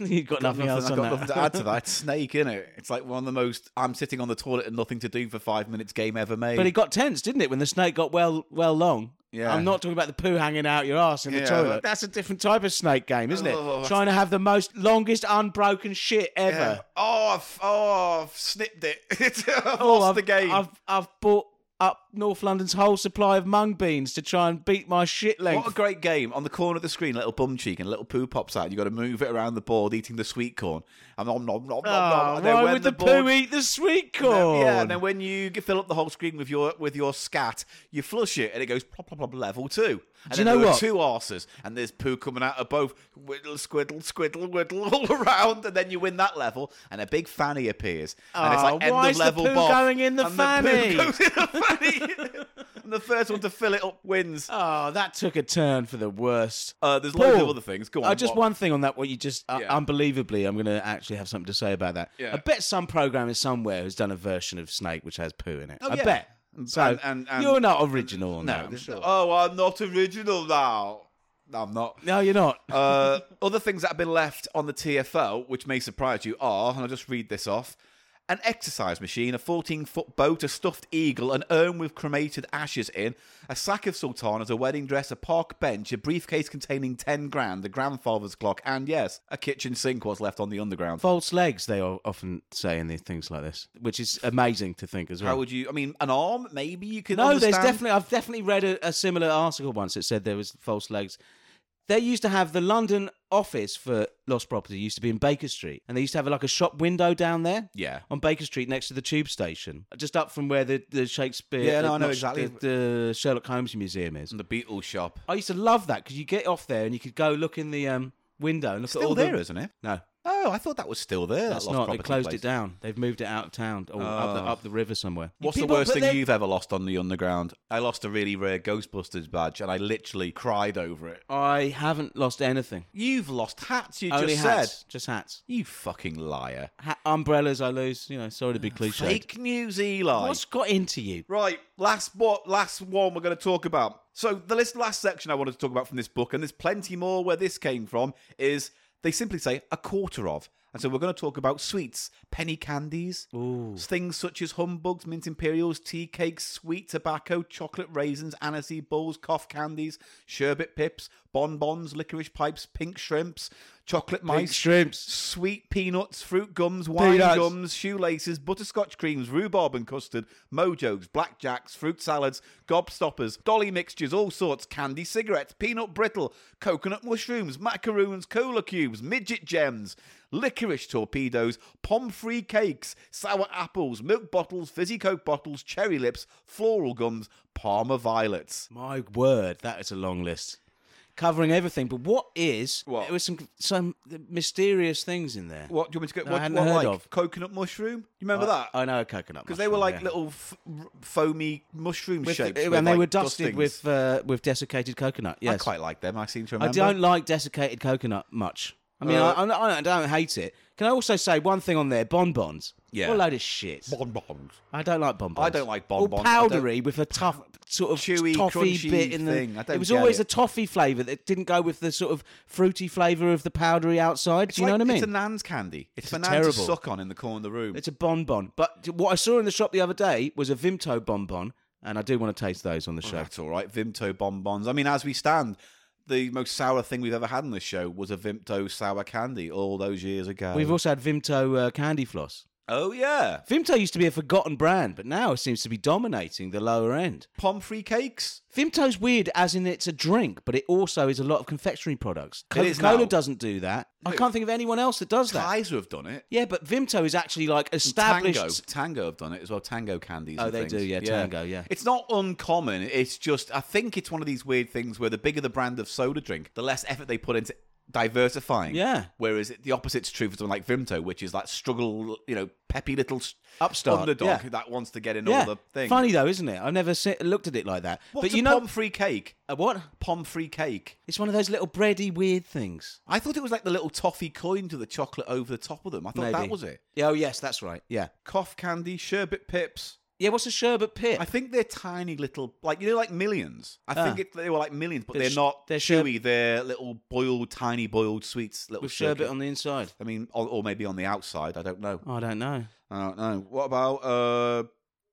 You've got, nothing, else I've on got that. nothing [LAUGHS] to add to that. It's Snake, innit? It's like one of the most I'm sitting on the toilet and nothing to do for five minutes game ever made. But it got tense, didn't it, when the snake got well well long? Yeah. I'm not talking about the poo hanging out your ass in the Yeah, toilet. but- That's a different type of snake game, isn't it? Oh. Trying to have the most longest unbroken shit ever. yeah. Oh, I've, oh, I've snipped it. [LAUGHS] I've Oh, lost I've, the game. I've I've bought up North London's whole supply of mung beans to try and beat my shit length. What a great game. On the corner of the screen, a little bum cheek and a little poo pops out. You've got to move it around the board, eating the sweet corn. And nom, nom, nom, nom, nom. Oh, And then why when would the, board- poo eat the sweet corn? Yeah, and then when you g- fill up the whole screen with your with your scat, you flush it and it goes plop, plop, plop, level two. And Do you then know there what? Are two arses, and there's poo coming out of both. Whittle, squiddle, squiddle, whittle all [LAUGHS] around, and then you win that level, and a big fanny appears, and it's Oh, like end why of is the level poo boff, going in the and fanny? The [LAUGHS] poo goes in the fanny. and the first one to fill it up wins. oh, that took a turn for the worst. Uh, there's loads of Paul, other things. Go on. Uh, just what- one thing on that. What you just uh, Yeah. unbelievably, I'm going to actually have something to say about that. Yeah. I bet some programmer somewhere has done a version of Snake which has poo in it. I Oh, yeah. bet. So and- and- and- you're not original on that. No, I'm there's- sure. Oh, I'm not original now. I'm not. no, you're not. [LAUGHS] Uh, other things that have been left on the TFL, which may surprise you, are, and I'll just read this off an exercise machine, a 14 foot boat, a stuffed eagle, an urn with cremated ashes in, a sack of sultanas, a wedding dress, a park bench, a briefcase containing 10 grand, a grandfather's clock, and yes, a kitchen sink was left on the underground. False legs, they o- often say in these things like this, which is amazing to think as well. How would you? I mean, an arm? Maybe you could. No, understand? there's definitely. I've definitely read a, a similar article once that said there was false legs. They used to have the London office for Lost Property used to be in Baker Street, and they used to have like a shop window down there. Yeah. on Baker Street next to the tube station, just up from where the, the Shakespeare. Yeah, no, uh, I know not- exactly. Mm. The, the Sherlock Holmes Museum is. The Beatles shop. I used to love that because you get off there and you could go look in the um, window and look at Still all there, the. not it? No, Oh, I thought that was still there. that's that lost not. They property closed place. it Ah. down. They've moved it out of town or up, the, up the river somewhere. What's People- the worst but thing they- you've ever lost on the underground? I lost a really rare Ghostbusters badge and I literally cried over it. I haven't lost anything. You've lost hats, you Only just hats. said. Just hats. You fucking liar. Ha- umbrellas I lose. You know, sorry to be cliched. Fake news, Eli. Ah, What's got into you? Right, last what last one we're going to talk about. So the list, last section I wanted to talk about from this book, and there's plenty more where this came from, is they simply say a quarter of. And so we're going to talk about sweets, penny candies, things such as humbugs, mint imperials, tea cakes, sweet tobacco, chocolate raisins, aniseed balls, cough candies, sherbet pips, bonbons, licorice pipes, pink shrimps, chocolate mice, shrimps. sweet peanuts, fruit gums, wine Peanuts. gums, shoelaces, butterscotch creams, rhubarb and custard, mojos, blackjacks, fruit salads, gobstoppers, dolly mixtures, all sorts, candy cigarettes, peanut brittle, coconut mushrooms, macaroons, cola cubes, midget gems, licorice torpedoes, pom-free cakes, sour apples, milk bottles, fizzy coke bottles, cherry lips, floral gums, parma violets. My word, that is a long list. Covering everything, but what is? What? There was some some mysterious things in there. What do you want me to go? No, I what, hadn't what, heard like of. Uh, coconut mushroom? You remember that? I know a coconut because they were like little f- r- foamy mushroom with, shapes, and with, they like, were dusted dustings. with uh, with desiccated coconut. Yes, I quite like them. I seem to I remember. Uh, don't like desiccated coconut much. I mean, I, I, don't- I don't hate it. Can I also say one thing on there? Bonbons. Yeah. What a load of shit. bonbons. I don't like bonbons. I don't like All bonbons. I don't- powdery with a tough sort of Chewy, toffee crunchy bit in the. thing. I don't it was get always it. a toffee flavour that didn't go with the sort of fruity flavour of the powdery outside. Do you know what I mean? It's a nan's candy. It's, for a nan terrible- to suck on in the corner of the room. It's a bonbon. But t- what I saw in the shop the other day was a Vimto bonbon, and I do want to taste those on the show. That's all right. Vimto bonbons. I mean, as we stand, the most sour thing we've ever had in this show was a Vimto sour candy all those years ago. We've also had Vimto uh, candy floss. Oh yeah, Vimto used to be a forgotten brand, but now it seems to be dominating the lower end. pomfrey cakes. Vimto's weird as in it's a drink, but it also is a lot of confectionery products. It is Coca-Cola now. doesn't do that. I can't think of anyone else that does that. Kaiser have done it. Yeah, but Vimto is actually like established. Tango, Tango have done it as well. Tango candies. Oh, and they things. do, yeah, Tango, yeah. It's not uncommon. It's just I think it's one of these weird things where the bigger the brand of soda drink, the less effort they put into diversifying. Yeah. Whereas it- the opposite's true for someone like Vimto, which is like struggle, you know, peppy little s- Upstart, underdog yeah. that wants to get in Yeah, all the things. funny though, isn't it? I've never se- looked at it like that. What's but you a know pomfrey cake? Uh, what? Pomfrey cake. It's one of those little bready weird things. I thought it was like the little toffee coin to the chocolate over the top of them. I thought Maybe that was it. Yeah, oh yes, that's right. Yeah, Cough candy, sherbet pips. yeah. What's a sherbet pit? I think they're tiny little, like you know, like millions. I think it, they were like millions, but They're they're, Ah. sh- not. they're They're sher- chewy. They're little boiled, tiny boiled sweets. Little With sherbet sugar. on the inside. I mean, or, or maybe on the outside. I don't know. Oh, I don't know. I don't know. What about uh,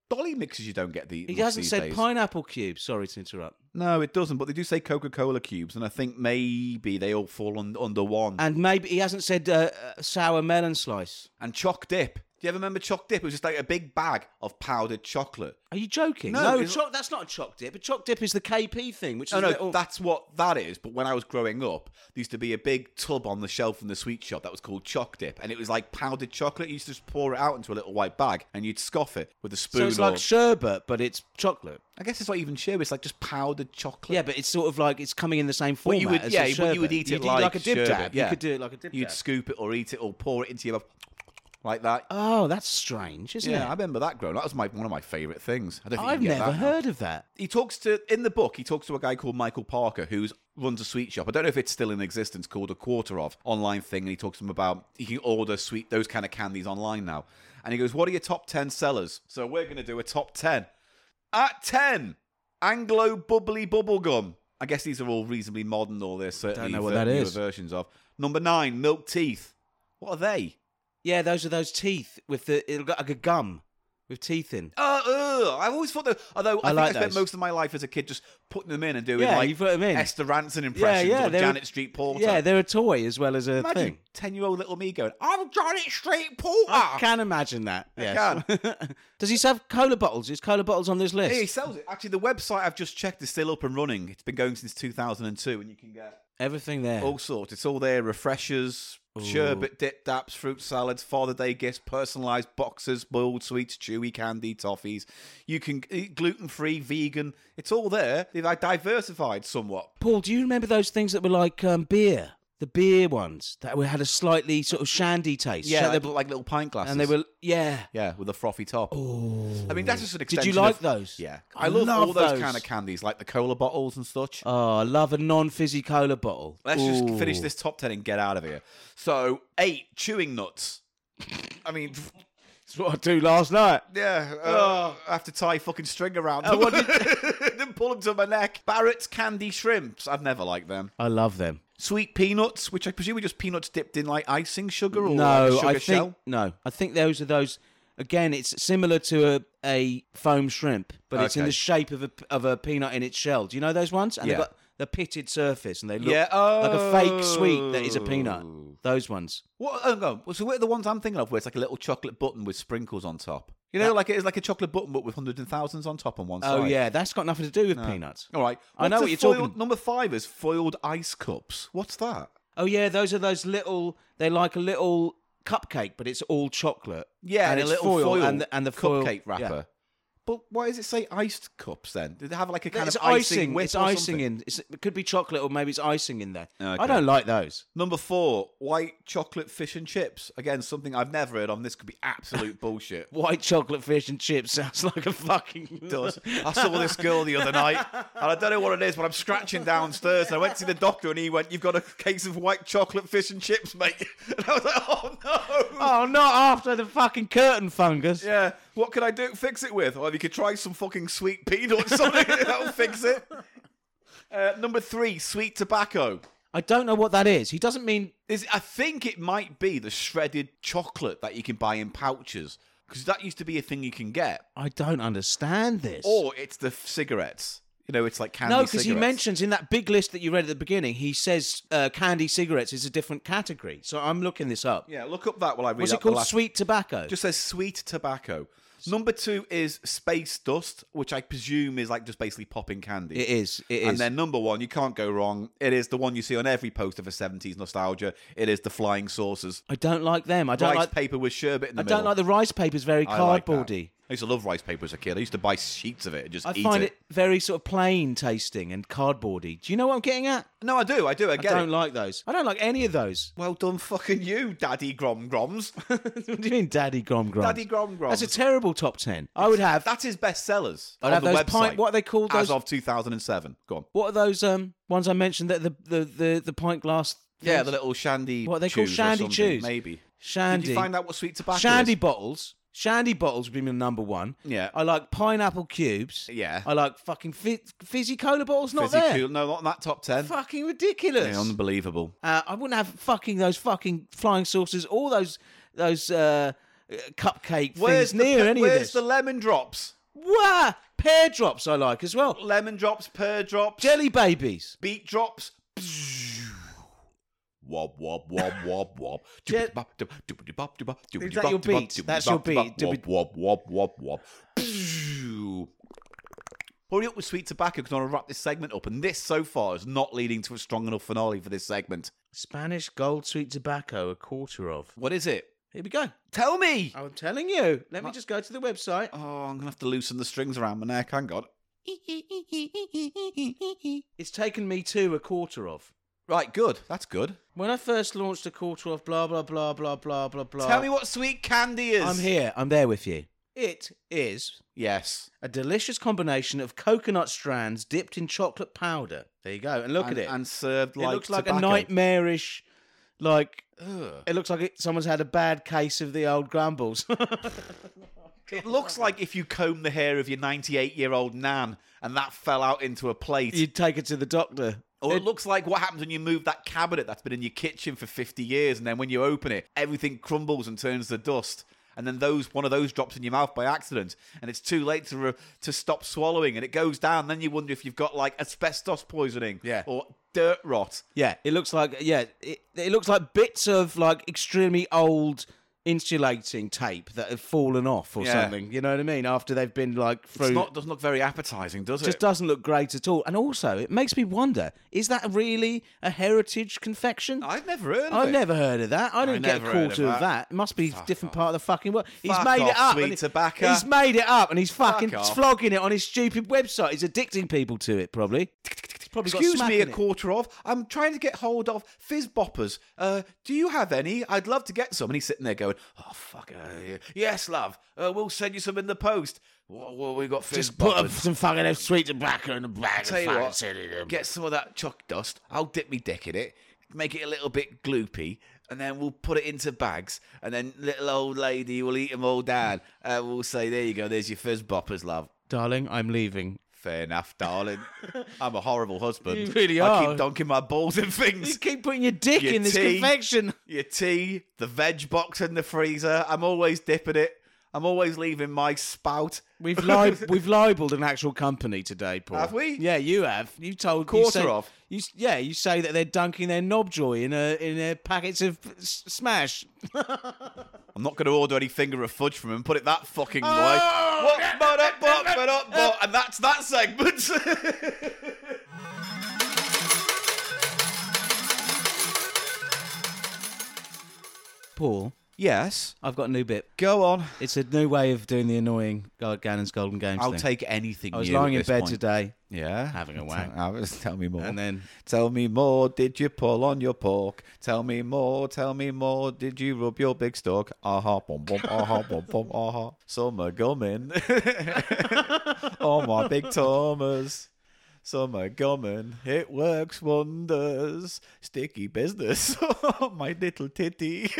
dolly mixes? You don't get the. He much hasn't these said days. pineapple cube. Sorry to interrupt. No, it doesn't. But they do say Coca Cola cubes, and I think maybe they all fall un- under one. And, And maybe he hasn't said uh, uh, sour melon slice. choc dip. Do you ever remember choc dip? It was just like a big bag of powdered chocolate. Are you joking? No, No, it's- choc- that's not a choc dip. A choc dip is the KP thing, which is No, Oh, no, little- that's what that is. But when I was growing up, there used to be a big tub on the shelf in the sweet shop that was called Choc Dip, and it was like powdered chocolate. You used to just pour it out into a little white bag, and you'd scoff it with a spoon. so it's or- like sherbet, but it's chocolate. I guess it's not even sherbet; it's like just powdered chocolate. Yeah, but it's sort of like it's coming in the same format. you would- as yeah, a you would- you would sherbet. eat You'd it like a dip sherbet, dab. You yeah. could do it like a dip you'd dab. scoop it or eat it or pour it into your mouth like that. Oh, that's strange, isn't yeah, I it? remember that growing. up. That was my one of my favorite things. I don't think you I've can get never that now. heard of that. he talks to in the book he talks to a guy called michael parker who runs a sweet shop i don't know if it's still in existence called a quarter of online thing and he talks to him about you can order sweet those kind of candies online now and he goes what are your top 10 sellers so we're going to do a top 10 at 10 anglo bubbly bubblegum i guess these are all reasonably modern or they're certainly know what ver- that newer is. versions of number 9 milk teeth what are they Yeah, those are those teeth with the it'll got like a gum with teeth in. uh, ugh. I've always thought that. Although I I, think like I spent those. most of my life as a kid just putting them in and doing Yeah, like you put 'em in. Esther Ranson impressions yeah, or they're- Janet Street Porter. Yeah, they're a toy as well as a imagine thing. ten-year-old little me going, "I'm Janet Street Porter." Can imagine that. I Yes. [LAUGHS] Does he have cola bottles? Is cola bottles on this list? Hey, he sells it. Actually, the website I've just checked is still up and running. It's been going since 2002, and you can get Everything there. all sorts. It's all there: refreshers, sherbet, dip, daps, fruit salads, Father Day gifts, personalised boxes, boiled sweets, chewy candy, toffees. You can eat gluten-free, vegan. It's all there. They've like, diversified somewhat. Paul, do you remember those things that were like um, beer? The beer ones that were, had a slightly sort of shandy taste. Yeah, Shan- they were like little pint glasses. and they were yeah. yeah, with a frothy top. I mean, that's just an you extension. like of- those? Yeah, I I love, love all those, those. kind of candies, like the cola bottles and such. Oh, I love a non-fizzy cola bottle. Let's just Ooh. finish this top ten and get out of here. So eight chewing nuts. I mean, [LAUGHS] That's what I do last night. yeah, uh, I have to tie fucking string around them. Uh, what [LAUGHS] [LAUGHS] then pull them to my neck. Barrett's candy shrimps. I've never liked them. I love them. Sweet peanuts, which I presume are just peanuts dipped in like icing sugar or like, No, sugar I think shell. no. I think those are those. Again, it's similar to a, a foam shrimp, but it's in Okay. the shape of a of a peanut in its shell. Do you know those ones? And they've Yeah. got the pitted surface, and they look Yeah, like a fake sweet that is a peanut. oh. Those ones. What? Oh, no. Well, So what are the ones I'm thinking of where it's like a little chocolate button with sprinkles on top? You know, like it's like a chocolate button but with hundreds and thousands on top on one side. Oh yeah, that's got nothing to do with peanuts. All right. I know What's what a you're foiled, talking- Number five is foiled ice cups. What's that? Oh yeah, those are those little. They're like a little cupcake, but it's all chocolate. Yeah, and, a it's little foil, and the, and the foil- cupcake yeah. wrapper. But why does it say iced cups then? Did they have like a kind it's of icing? icing. whip It's or icing something? in. It's, it could be chocolate, or maybe it's icing in there. I Okay. don't like those. [LAUGHS] Number four, white chocolate fish and chips. Again, something I've never heard of. and This could be [LAUGHS] absolute bullshit. White chocolate fish and chips [LAUGHS] sounds like a fucking does. I saw this girl the other night, and I don't know what it is, but I'm scratching downstairs. And I went to see the doctor, and he went, "You've got a case of white chocolate fish and chips, mate." [LAUGHS] And I was like, "Oh [LAUGHS] no." Oh, not after the fucking curtain fungus. Yeah, what could I do? Fix it with? Or if you could try some fucking sweet peanuts or something, that'll fix it. [LAUGHS] Uh, number three, sweet tobacco. I don't know what that is. He doesn't mean. Is I think it might be the shredded chocolate that you can buy in pouches because that used to be a thing you can get. I don't understand this. Or it's the f- cigarettes. You know, it's like candy. No, because he cigarettes. mentions in that big list that you read at the beginning, he says uh, candy cigarettes is a different category. So I'm looking this up. Yeah, look up that while I read. What's out it the called? last- Sweet tobacco. Just says sweet tobacco. Number two is space dust, which I presume is like just basically popping candy. it is. It is. And then number one, you can't go wrong. It is the one you see on every poster for seventies nostalgia. It is the flying saucers, I don't like them. I don't rice like. paper with sherbet in the I don't like the rice papers. Very I like that. cardboardy. I used to love rice paper as a kid. I used to buy sheets of it and just I eat find it. very sort of plain tasting and cardboardy. Do you know what I'm getting at? No, I do. I do. I I get don't it. like those. I don't like any of those. [LAUGHS] well done, fucking you, Daddy Grom Groms. [LAUGHS] what do you mean, Daddy Grom Grom? Daddy Grom Groms. That's a terrible top ten. I would have. That's his best sellers I'd on have the those website. pint- what are they called, As those- of 2007. Go on. What are those um ones I mentioned? That the the the, the pint glass. Yeah, things? the little shandy. What are they called? chews or Shandy something, chews? Maybe. shandy. Did you find out what sweet tobacco Shandy is? bottles. Shandy bottles would be my number one. Yeah. I like pineapple cubes. Yeah. I like fucking fi- fizzy cola bottles. Not Fizzy there. cool. No, not in that top ten. Fucking ridiculous. Yeah, unbelievable. Uh, I wouldn't have fucking those fucking flying saucers. All those those uh, uh, cupcake Where's things near the, any where's of this. the lemon drops? Wah! Pear drops I like as well. Lemon drops, pear drops, Jelly babies. beet drops. Wob wob wob wob [LAUGHS] wob. Je- Is Is that your beat? That's your beat. Wob wob wob wob wob. Hurry up with sweet tobacco because I want to wrap this segment up, and this so far is not leading to a strong enough finale for this segment. Spanish gold sweet tobacco, a quarter of. What is it? Here we go. Tell me. I'm telling you. Let me just go to the [LAUGHS] website. Oh, I'm gonna have to loosen the strings around my neck. Hang on. It's taken me to a quarter of. Right, good. That's good. When I first launched a quarter of blah blah blah blah blah blah blah. Tell me what sweet candy is. Uh, I'm here. I'm there with you. It is Yes. a delicious combination of coconut strands dipped in chocolate powder. There you go. And look and, at it. And served it like looks like a tobacco. nightmarish, like Ugh. it looks like it, someone's had a bad case of the old grumbles. [LAUGHS] It looks like if you comb the hair of your 98 year old nan and that fell out into a plate. You'd take it to the doctor. or it, looks like what happens when you move that cabinet that's been in your kitchen for 50 years and then when you open it, everything crumbles and turns to dust. And then those one of those drops in your mouth by accident, and it's too late to re- to stop swallowing, and it goes down. Then you wonder if you've got like asbestos poisoning, Yeah. or dirt rot. Yeah, it looks like yeah, it, it looks like bits of like extremely old insulating tape that have fallen off or Yeah. something. You know what I mean? After they've been like through. It's not doesn't look very appetizing, does just it? doesn't look great at all. And also, it makes me wonder: is that really a heritage confection? I've never heard of I've it. never heard of that. I didn't get a never heard quarter of of, that. that. It must be a different part of the fucking world. he's Fuck made off, it up. sweet and he- tobacco. He's made it up and he's fucking Fuck off. flogging it on his stupid website. He's addicting people to it, probably. probably got Excuse smack me, a in it. quarter of. I'm trying to get hold of fizz boppers. Uh, do you have any? I'd love to get some. And he's sitting there going, "Oh fuck, uh, yeah. yes, love. Uh, we'll send you some in the post. What, what we got fizz Just put boppers? up some fucking sweet tobacco in a bag. [LAUGHS] Tell you and what, fucking send it in. get some of that chuck dust. I'll dip me dick in it, make it a little bit gloopy, and then we'll put it into bags. And then little old lady will eat them all down. And we'll say, there you go. There's your fizz boppers, love. Darling, I'm leaving. Fair enough, [LAUGHS] darling. I'm a horrible husband. You really I are. keep donking my balls in You [LAUGHS] things. keep putting your dick Your in this tea. confection. Your tea, the veg box in the freezer. I'm always dipping it. I'm always leaving my spout. [LAUGHS] We've [LAUGHS] li- we've libelled an actual company today, Paul. Have we? Yeah, you have. You told Quarter you say, of. You, s- yeah, you say that they're dunking their knobjoy in a in a packets of s- smash. I'm not going to order any finger of fudge from him. Put it that fucking Oh! way. What, but up, but, [LAUGHS] but up, but, and that's that segment. [LAUGHS] Paul, yes, I've got a new bit. go on. It's a new way of doing the annoying God Gannon's Golden Games I'll thing. take anything. I was new lying in at this bed point. today, Yeah, having a wank. Tell, uh, tell me more. and then Tell me more, did you pull on your pork? Tell me more, tell me more, did you rub your big stalk? Aha, bum bum, aha, bum bum, aha. Summer gumming. [LAUGHS] oh, my big Thomas. Summer gumming, it works wonders. Sticky business. [LAUGHS] Oh, my little titty.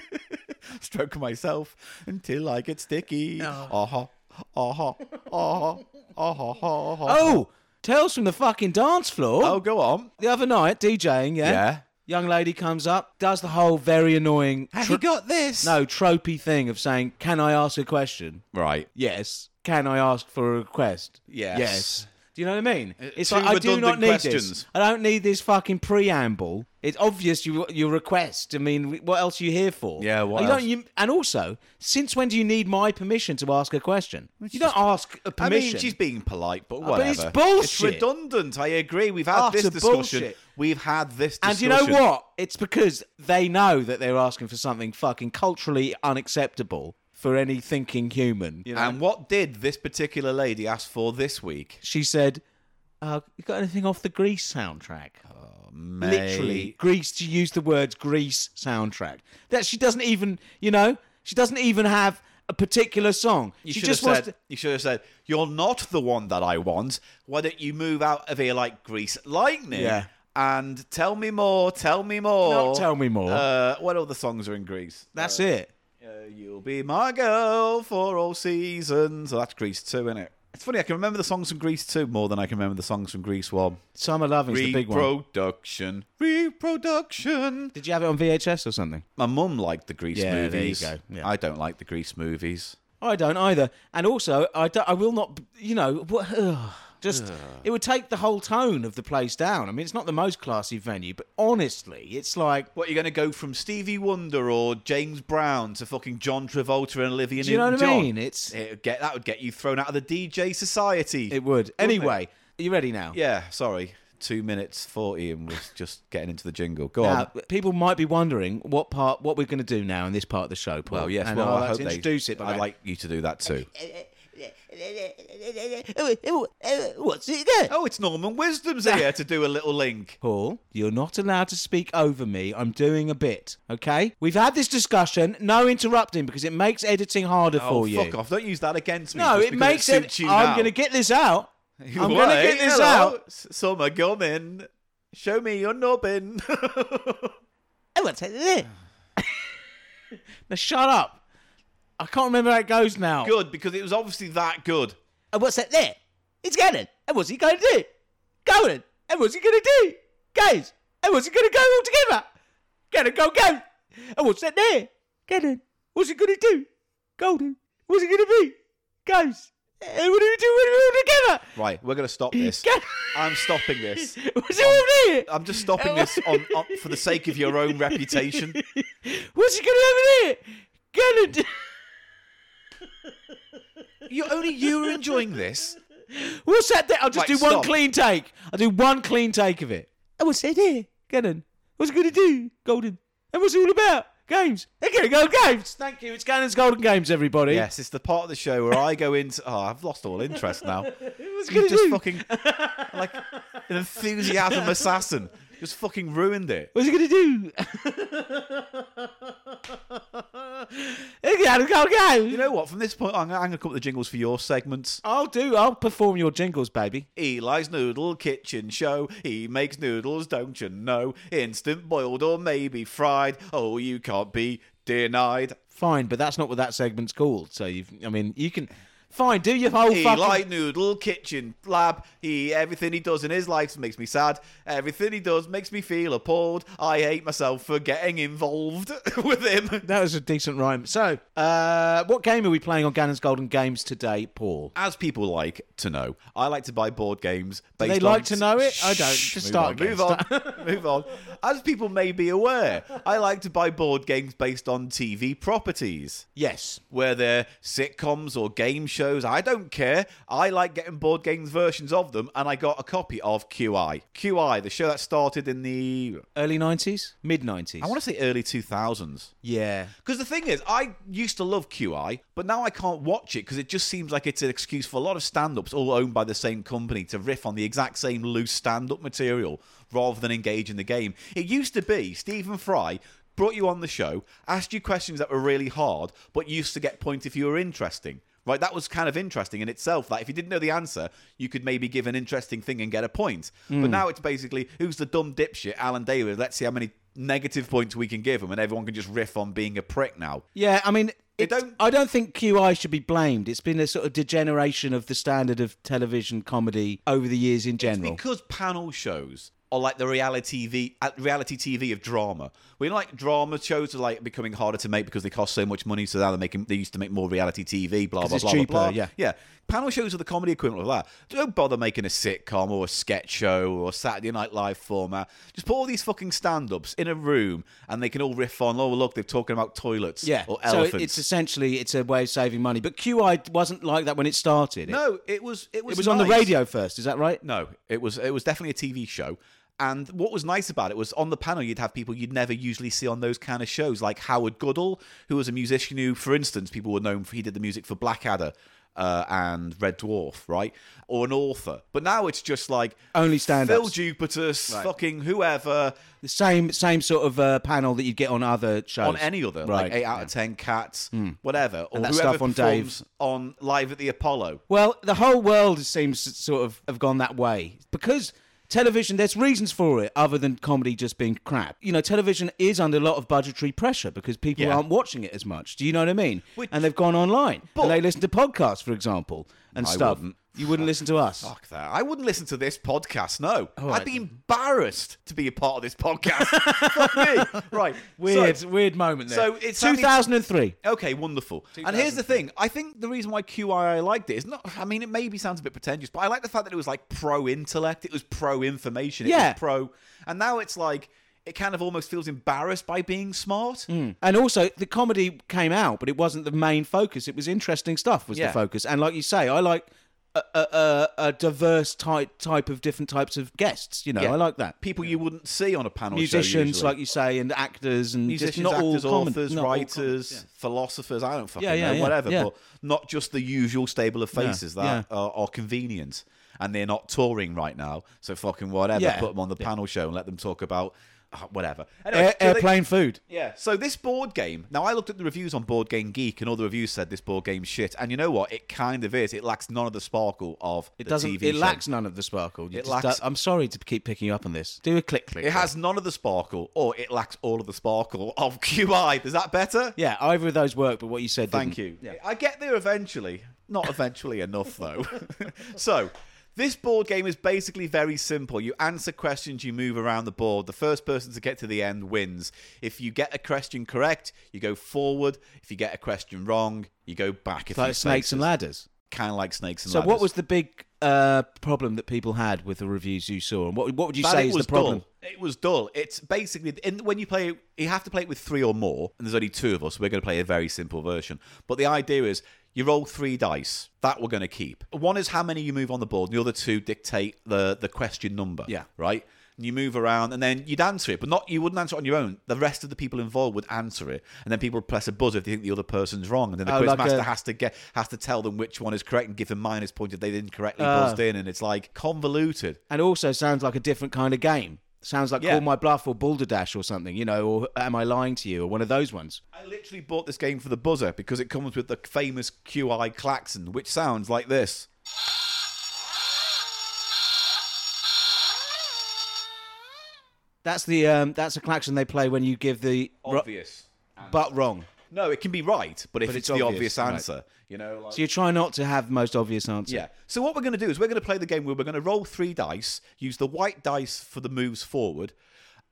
[LAUGHS] Stroke myself until I get sticky. Aha, aha, aha, aha, aha. oh, tales from the fucking dance floor. Oh, go on. The other night, DJing, yeah, Yeah. young lady comes up, does the whole very annoying, tro- got this? no tropey thing of saying, "Can I ask a question?" Right. Yes. Can I ask for a request? Yes. Uh, Yes. Do you know what I mean? It's two like I do not redundant need questions. this. I don't need this fucking preamble. It's obvious you your request. I mean, what else are you here for? Yeah, what you else? Don't, you, and also, since when do you need my permission to ask a question? You don't ask a I permission. Ah, mean, she's being polite, but whatever. But it's It's bullshit. redundant. I agree. We've had Utter this discussion. bullshit. We've had this and you discussion. know what? It's because they know that they're asking for something fucking culturally unacceptable for any thinking human. You know? And what did this particular lady ask for this week? she said, uh, "You got anything off the Grease soundtrack?" Literally, Oh, Mate. Grease. She used the words Grease soundtrack. That she doesn't even, you know, she doesn't even have a particular song. You she should have just wants. said. You should have said. You're not the one that I want. Why don't you move out of here like grease lightning? Yeah. And tell me more. Tell me more. Not tell me more. Uh, what other songs are in Greece? that's it. Uh, you'll be my girl for all seasons. Oh, that's Greece too, isn't it? It's funny. I can remember the songs from Greece too more than I can remember the songs from Greece one. Summer Loving's the big one. Reproduction. Reproduction. Did you have it on VHS or something? My mum liked the Grease Yeah, there you movies. go. Yeah. I don't like the Grease movies. I don't either. And also, I, don't- I will not, you know, what, ugh, just, it would take the whole tone of the place down. I mean, it's not the most classy venue, but honestly, it's like, What, you're going to go from Stevie Wonder or James Brown to fucking John Travolta and Olivia do you know what I Newton-John? mean? It's, It would get, that would get you thrown out of the DJ society. it would. Anyway, are you ready now? yeah, sorry. Two minutes 40 and we're just getting into the jingle. Go on. Now, Uh, people might be wondering what part, what we're going to do now in this part of the show, Paul. Well, yes. and well, I'd I like hope to they- introduce it. I'd like you to do that too. [LAUGHS] what's it there? [LAUGHS] Oh, it's Norman Wisdom's here to do a little link. Paul, you're not allowed to speak over me. I'm doing a bit, okay? We've had this discussion. No interrupting because it makes editing harder Oh, for you. fuck off! Don't use that against me. No, just it because makes suits it. you I'm now. going to [LAUGHS] get this [LAUGHS] out. I'm Why? going to get this Hello. out. S- Summer coming. Show me your nubbin. [LAUGHS] I want to take this. [LAUGHS] now shut up. I can't remember how it goes now. good, because it was obviously that good. And what's that there? It's Gannon. And what's he going to do? Going. And what's he going to do? Guys. And what's he going to go all together? Gannon, go, go. And what's that there? Gannon. What's he going to do? Golden. What's he going to be? Guys. And what do we do when we're all together? Right, we're going to [LAUGHS] stop this. I'm stopping this. Gannon. What's he all there? I'm just stopping this on, on for the sake of your own reputation. [LAUGHS] What's he going to have in there? You only you are enjoying this. Gannon. What's that there? I'll just Right, do one stop. clean take. I'll do one clean take of it. And what's that there? Gannon. What's he going to do? Golden. And what's it all about? Games. Okay, go games. Thank you. It's Gannon's Golden Games, everybody. Yes, it's the part of the show where I go into. Oh, I've lost all interest now. What's he going You to just do? fucking like an enthusiasm assassin. Just fucking ruined it. What's he going to do? Okay, Gannon, go games. You know what? From this point, on, I'm going to come up with the jingles for your segments. I'll do. I'll perform your jingles, baby. Eli's Noodle Kitchen Show. He makes noodles, don't you know? Instant boiled or maybe fried. Oh, you can't be denied. Fine, but that's not what that segment's called. So you've. I mean, you can. Fine, do your whole fucking. Eli Noodle Kitchen Lab. He everything he does in his life makes me sad. Everything he does makes me feel appalled. I hate myself for getting involved [LAUGHS] with him. That was a decent rhyme. So, uh, what game are we playing on Gannon's Golden Games today, Paul? As people like to know, I like to buy board games. Based they on- like to know it? I don't. Shh, Just move start on, again. Move on. [LAUGHS] move on. As people may be aware, I like to buy board games based on TV properties, Yes. where they're sitcoms or game shows. I don't care. I like getting board games versions of them, and I got a copy of QI. QI, the show that started in the Early 90s? Mid 90s? I want to say early two thousands. Yeah. Because the thing is, I used to love QI, but now I can't watch it because it just seems like it's an excuse for a lot of stand ups, all owned by the same company, to riff on the exact same loose stand up material rather than engage in the game. It used to be Stephen Fry brought you on the show, asked you questions that were really hard, but you used to get points if you were interesting. Right, that was kind of interesting in itself. That if you didn't know the answer, you could maybe give an interesting thing and get a point. But now it's basically who's the dumb dipshit, Alan David. Let's see how many negative points we can give him, and everyone can just riff on being a prick now. Yeah, I mean, it, don't- I don't think QI should be blamed. It's been a sort of degeneration of the standard of television comedy over the years in general. Because panel shows or like the reality TV, at reality TV of drama. We know, like drama shows are like becoming harder to make because they cost so much money. So now they're making they used to make more reality TV. Blah blah it's blah cheaper, blah blah. yeah. yeah. Panel shows are the comedy equivalent of that. Don't bother making a sitcom or a sketch show or a Saturday Night Live format. Just put all these fucking stand-ups in a room and they can all riff on. Oh look, they're talking about toilets. Yeah. or so elephants. it- it's essentially it's a way of saving money. But QI wasn't like that when it started. It- no, it was it was it was on the nice. radio first. Is that right? No, it was it was definitely a TV show. And what was nice about it was on the panel you'd have people you'd never usually see on those kind of shows, like Howard Goodall, who was a musician who, for instance, people were known for he did the music for Blackadder uh, and Red Dwarf, right? Or an author. But now it's just like Only stand-ups. Phil Jupitus, fucking whoever, The same same sort of uh, panel that you'd get on other shows. on any other, like Right, Hmm. eight out of ten cats, whatever, or And that whoever stuff on performs Dave. on live at the Apollo. Well, the whole world seems to sort of have gone that way because television. There's reasons for it other than comedy just being crap. You know, television is under a lot of budgetary pressure because people Yeah. aren't watching it as much. Do you know what I mean? Which- and they've gone online But- and they listen to podcasts, for example, and I stuff. wouldn't. You wouldn't listen to us. Fuck that. I wouldn't listen to this podcast, no. right. I'd be embarrassed to be a part of [LAUGHS] this podcast. Fuck me. Right. Weird, So, weird moment there. so it's 2003. okay, wonderful. And here's the thing. I think the reason why QI liked it is not, I mean, it maybe sounds a bit pretentious, but I like the fact that it was like pro intellect, it was pro information, it Yeah. was pro. And now it's like, it kind of almost feels embarrassed by being smart. And also, the comedy came out, but it wasn't the main focus. It was interesting stuff was Yeah. the focus. And like you say, I like a, a, a, a diverse type type of different types of guests. You know, Yeah. I like that. People you wouldn't see on a panel show. Musicians, usually. like you say, and actors, and musicians, just not actors, all common- authors, not all common, writers, yeah. philosophers. I don't fucking Yeah, yeah, know, yeah, whatever. yeah. But not just the usual stable of faces Yeah, that Are, are convenient, and they're not touring right now. So fucking whatever. Yeah. Put them on the panel show and let them talk about uh, whatever. Anyway, Air, so they- airplane food. yeah. So this board game. Now I looked at the reviews on Board Game Geek, and all the reviews said this board game's shit. And you know what? It kind of is. It lacks none of the sparkle of It doesn't. TV it show. lacks none of the sparkle. You It just lacks- don't- I'm sorry to keep picking you up on this. Do a click click. It has none of the sparkle, or it lacks all of the sparkle of [LAUGHS] QI. Is that better? Yeah, either of those work, but what you said. Thank didn't. you. I get there eventually. Not eventually enough, though. [LAUGHS] so, this board game is basically very simple. You answer questions, you move around the board. The first person to get to the end wins. If you get a question correct, you go forward. If you get a question wrong, you go back. If Like snakes and ladders. Kind of like snakes and So, ladders. what was the big uh, problem that people had with the reviews you saw, and what what would you That say it is was the problem? Dull. It was dull. It's basically in, when you play, you have to play it with three or more, and there's only two of us. So we're going to play a very simple version. But the idea is you roll three dice that we're going to keep. One is how many you move on the board, and the other two dictate the the question number. Yeah. right. And you move around, and then you'd answer it, but not you wouldn't answer it on your own. The rest of the people involved would answer it, and then people would press a buzzer if they think the other person's wrong, and then the Oh, quizmaster like a- has to get has to tell them which one is correct and give them minus points if they didn't correctly Ah. buzzed in, and it's like convoluted. And also sounds like a different kind of game. Sounds like Yeah. Call My Bluff or Balderdash or something, you know, or Am I Lying to You or one of those ones. I literally bought this game for the buzzer because it comes with the famous QI klaxon, which sounds like this. That's the um, that's a klaxon they play when you give the ru- Obvious. but wrong. no, it can be right, but if But it's, it's the obvious, obvious right. answer, you know, like, So you try not to have the most obvious answer. yeah. So what we're going to do is we're going to play the game where we're going to roll three dice, use the white dice for the moves forward,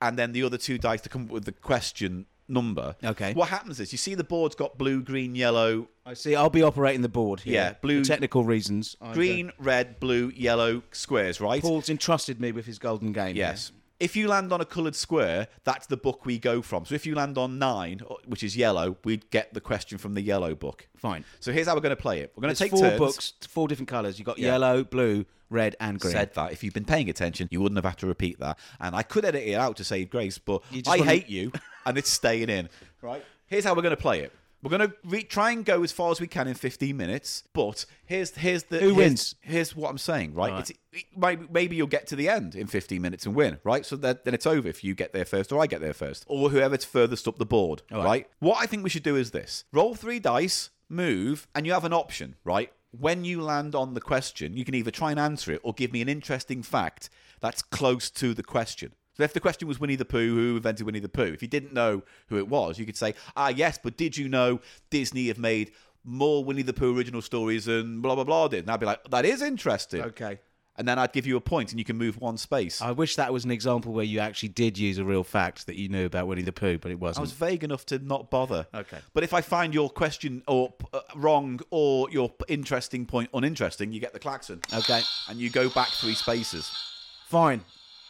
and then the other two dice to come up with the question number. Okay. What happens is you see the board's got blue, green, yellow, I see. I'll be operating the board. Here. Yeah, blue- for technical reasons. I'm, uh, green, red, blue, yellow squares, right? Paul's entrusted me with his golden game. here. Yes. If you land on a coloured square, that's the book we go from. So if you land on nine, or- which is yellow, we'd get the question from the yellow book. Fine. So here's how we're going to play it. We're going There's to take four turns. books, four different colours. You've got yellow, blue, red, and green. Said that if you've been paying attention, you wouldn't have had to repeat that. And I could edit it out to save grace, but You just I wanna- hate you, and it's staying in. Right. Here's how we're going to play it. We're going to re- try and go as far as we can in 15 minutes. But here's here's the Who here's- wins? Here's what I'm saying. Right. Right. It's, it, maybe, maybe you'll get to the end in 15 minutes and win. Right. So that, then it's over if you get there first or I get there first or whoever's furthest up the board. right. right. What I think we should do is this roll three dice, move, and you have an option, right? When you land on the question, you can either try and answer it or give me an interesting fact that's close to the question. So if the question was Winnie the Pooh, who invented Winnie the Pooh? If you didn't know who it was, you could say, ah, yes, but did you know Disney have made more Winnie the Pooh original stories than blah, blah, blah did? And I'd be like, that is interesting. Okay. and then I'd give you a point, and you can move one space. I I, wish that was an example where you actually did use a real fact that you knew about Winnie the Pooh, but it wasn't. was vague enough to not bother. Okay. But if I find your question or uh, wrong or your p- interesting point uninteresting, you get the klaxon, Okay, and you go back three spaces. fine.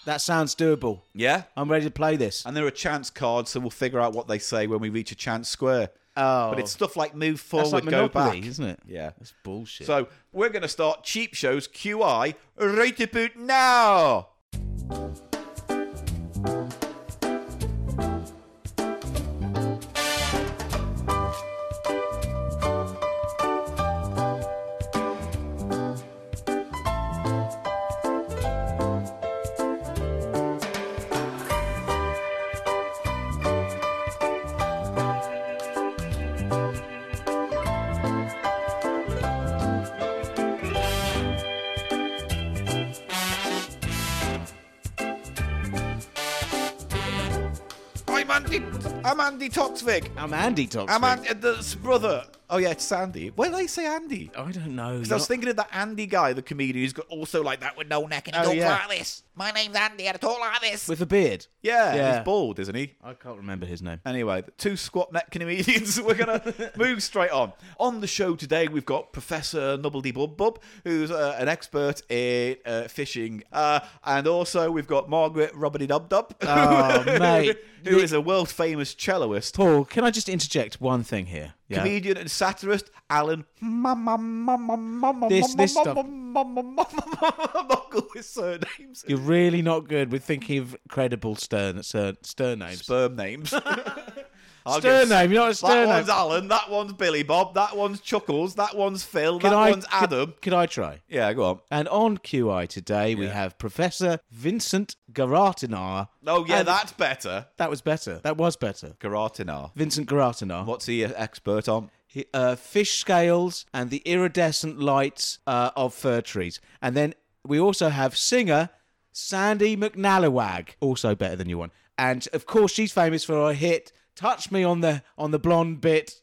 That sounds doable. Yeah. I'm ready to play this. And there are chance cards, so we'll figure out what they say when we reach a chance square. Oh. But it's stuff like move That's forward, like go Monopoly, back, isn't it? Yeah. That's bullshit. So we're going to start cheap shows QI right to boot now. I'm Andy. I'm Andy Toxvig. I'm Andy Toxvig. I'm Andy, uh, the brother. Oh yeah, it's Sandy. Where did I say Andy? I don't know. Because I was thinking of that Andy guy, the comedian who's got also like that with no neck and he Oh, talks yeah. like this. My name's Andy and I talk like this. With a beard. Yeah, Yeah. he's bald, isn't he? I can't remember his name. Anyway, the two squat neck comedians. We're gonna move straight on. On the show today, we've got Professor Nubbledy Bub Bub, who's uh, an expert in uh, fishing, uh, and also we've got Margaret Rubbity Dub Dub, Oh, mate. who is a world famous celloist, Paul, can I just interject one thing here? Yeah. comedian and satirist. Alan, This- this stuff- I'm not good with surnames. You're really not good with thinking of credible stern, stern, stern names. Sperm names. [LAUGHS] I'll Stern give- name, you're not a That stern name. one's Alan, that one's Billy Bob, that one's Chuckles, that one's Phil, that one's Adam. Could, could I try? Yeah, go on. And on QI today, we have Professor Vincent Garatinar. Oh, yeah, And- that's better. That was better. That was better. Garatinar. Vincent Garatinar. What's he an expert on? He- Uh, fish scales and the iridescent lights uh, of fir trees. And then we also have singer Sandy McNallowag, also better than you one. And of course, she's famous for her hit "Touch Me on the on the Blonde Bit."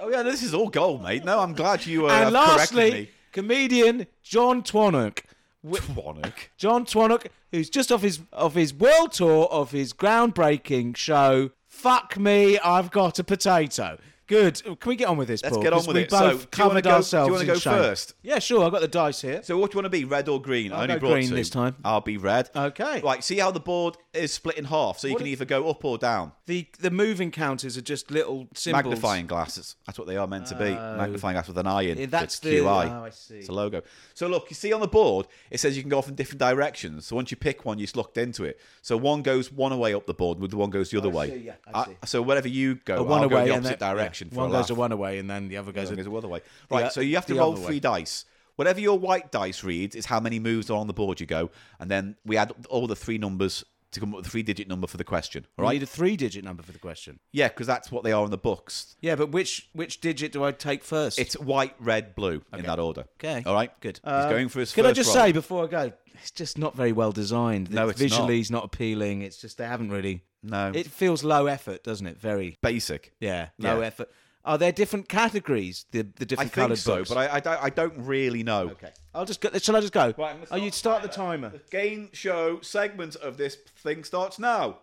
Oh, yeah, this is all gold, mate. No, I'm glad you uh, and have lastly, corrected me. comedian John Twonnock. [LAUGHS] Twonnock. John Twonnock, who's just off his of his world tour of his groundbreaking show. Fuck me, I've got a potato. Good. Oh, Can we get on with this? Let's Paul? get on 'Cause with we it. So, do Both you wanna covered go- do you ourselves wanna in go shame. first? Yeah, sure. I've got the dice here. So, what do you want to be, red or green? i I'll only go brought green two. this time. I'll be red. Okay. Right, see how the board is split in half, so you can either go up or down. The the moving counters are just little symbols. Magnifying glasses. That's what they are meant to be. Magnifying glass with an eye in. Yeah, Oh. Eh, that's So the- it's QI. oh, I see. It's a logo. So look, you see on the board, it says you can go off in different directions. So once you pick one, you're locked into it. So one goes one way up the board, with the one goes the other way. Uh, see, yeah, Oh, I see. so wherever you go, A one I'll away go the and opposite then- direction. yeah, for one a goes a laugh. one away, and then the other goes. One a, goes the other way. Right. so you have to the roll other way. three dice. Whatever your white dice reads is how many moves are on the board you go, and then we add all the three numbers to come up with a three-digit number for the question. All I right? need a three-digit number for the question. Yeah, because that's what they are in the books. Yeah, but which which digit do I take first? It's white, red, blue in that order. Okay. All right. Good. He's going for his Can first Uh, I just roll. say before I go, it's just not very well designed. No, it's visually not. it's not appealing. It's just they haven't really. No. It feels low effort, doesn't it? Very basic. yeah, low Yeah. effort. Are there different categories? The the I different think coloured so, books. but I, I, don't, I don't really know. okay. I'll just go. Shall I just go? Right, I'm gonna oh, you start the timer. The game show segment of this thing starts now.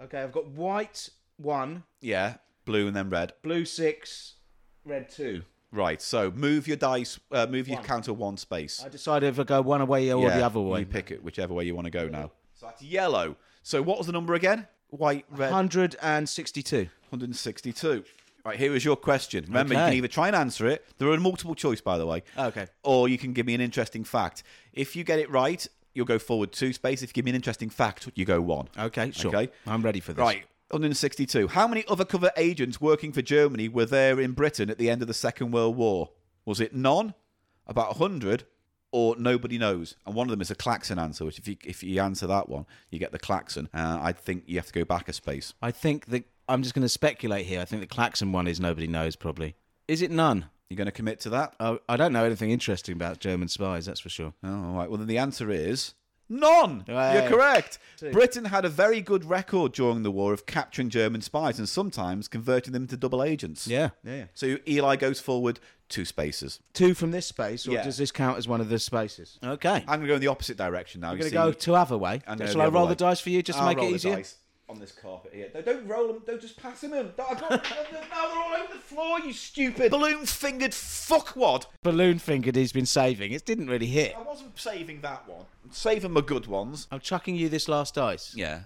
Okay, I've got white one, Yeah. Blue and then red. blue six, red two. Right. So move your dice. Uh, move your counter one space. I decided if I go one away or Yeah, the other way. You pick it whichever way you want to go now. So that's yellow. So what was the number again? White, red, 162. 162. Right, here is your question. Remember, you Okay. can either try and answer it. There are multiple choice, by the way. Okay. Or you can give me an interesting fact. If you get it right, you'll go forward two space. If you give me an interesting fact, you go one. Okay, sure. Okay. I'm ready for this. Right. 162. How many undercover agents working for Germany were there in Britain at the end of the Second World War? Was it none, about 100, or nobody knows? And one of them is a klaxon answer, which if you, if you answer that one, you get the klaxon. Uh, I think you have to go back a space. I think that I'm just going to speculate here. I think the Claxon one is nobody knows, probably. Is it none? You're going to commit to that? Oh, I don't know anything interesting about German spies, that's for sure. Oh, all right. Well, then the answer is none. Right. You're correct. Britain had a very good record during the war of capturing German spies and sometimes converting them to double agents. Yeah, yeah. So Eli goes forward two spaces. Two from this space, or Yeah. does this count as one of the spaces? Okay. I'm going to go in the opposite direction now. I'm you going to see. go two other way. I'm gonna Shall I other roll way. the dice for you just to I'll make roll it the easier? dice on this carpet here. No, don't roll them. Don't just pass them in. I got, now they're all over the floor. You stupid balloon fingered fuckwad. Balloon fingered he's been saving. It didn't really hit. I wasn't saving that one. I'm saving my good ones. I'm chucking you this last [LAUGHS] dice. Yeah.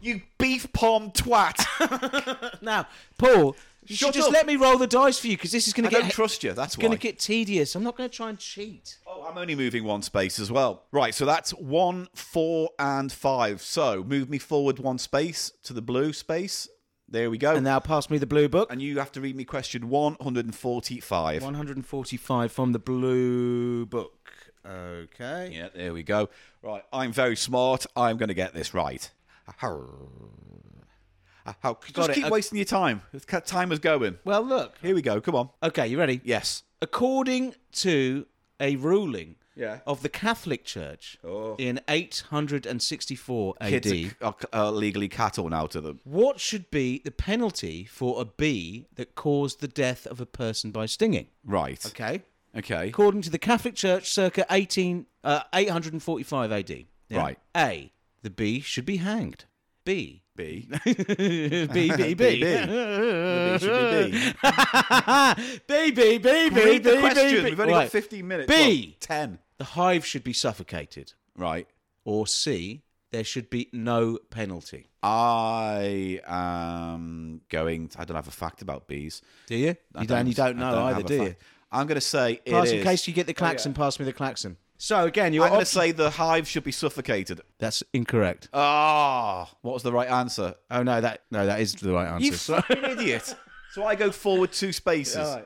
you beef [LAUGHS] palm twat. Now, Paul, you should Shut just up. let me roll the dice for you because this is going I to get don't trust you. That's it's going why. to get tedious. I'm not going to try and cheat. Oh, I'm only moving one space as well. Right, so that's one, four, and five. So move me forward one space to the blue space. There we go. And And, now pass me the blue book. you have to read me question 145. 145 from the blue book. Okay. Yeah, there we go. Right, I'm very smart. I'm going to get this right. How? How? Just it. keep Uh, wasting your time. The Time is going. Well, look. Here we go. Come on. Okay, you ready? Yes. According to a ruling Yeah. of the Catholic Church Oh. in 864 AD, Kids are, are uh, legally cattle now to them. what should be the penalty for a bee that caused the death of a person by stinging? Right. Okay. Okay. according to the Catholic Church circa 18, uh, 845 AD. Yeah. Right. A. The bee should be hanged. B. [LAUGHS] [LAUGHS] B. B, B, B. B. [LAUGHS] B, should be B. B, B, [LAUGHS] B, B, [LAUGHS] Read the B, question. B. We've only Right. got 15 minutes. B. Well, 10. The hive should be suffocated. Right. Or C. There should be no penalty. I am going. I don't have a fact about bees. Do you? I You don't, you don't know I either, have a do you? Oh, fact. I'm going to say it Pass is. in case you get the klaxon, pass me the klaxon. So again, you're I'm going op- to say the hive should be suffocated. that's incorrect. Ah, what was the right [LAUGHS] answer? Oh no, that no, that is the right answer. You fucking idiot. So I go forward two spaces.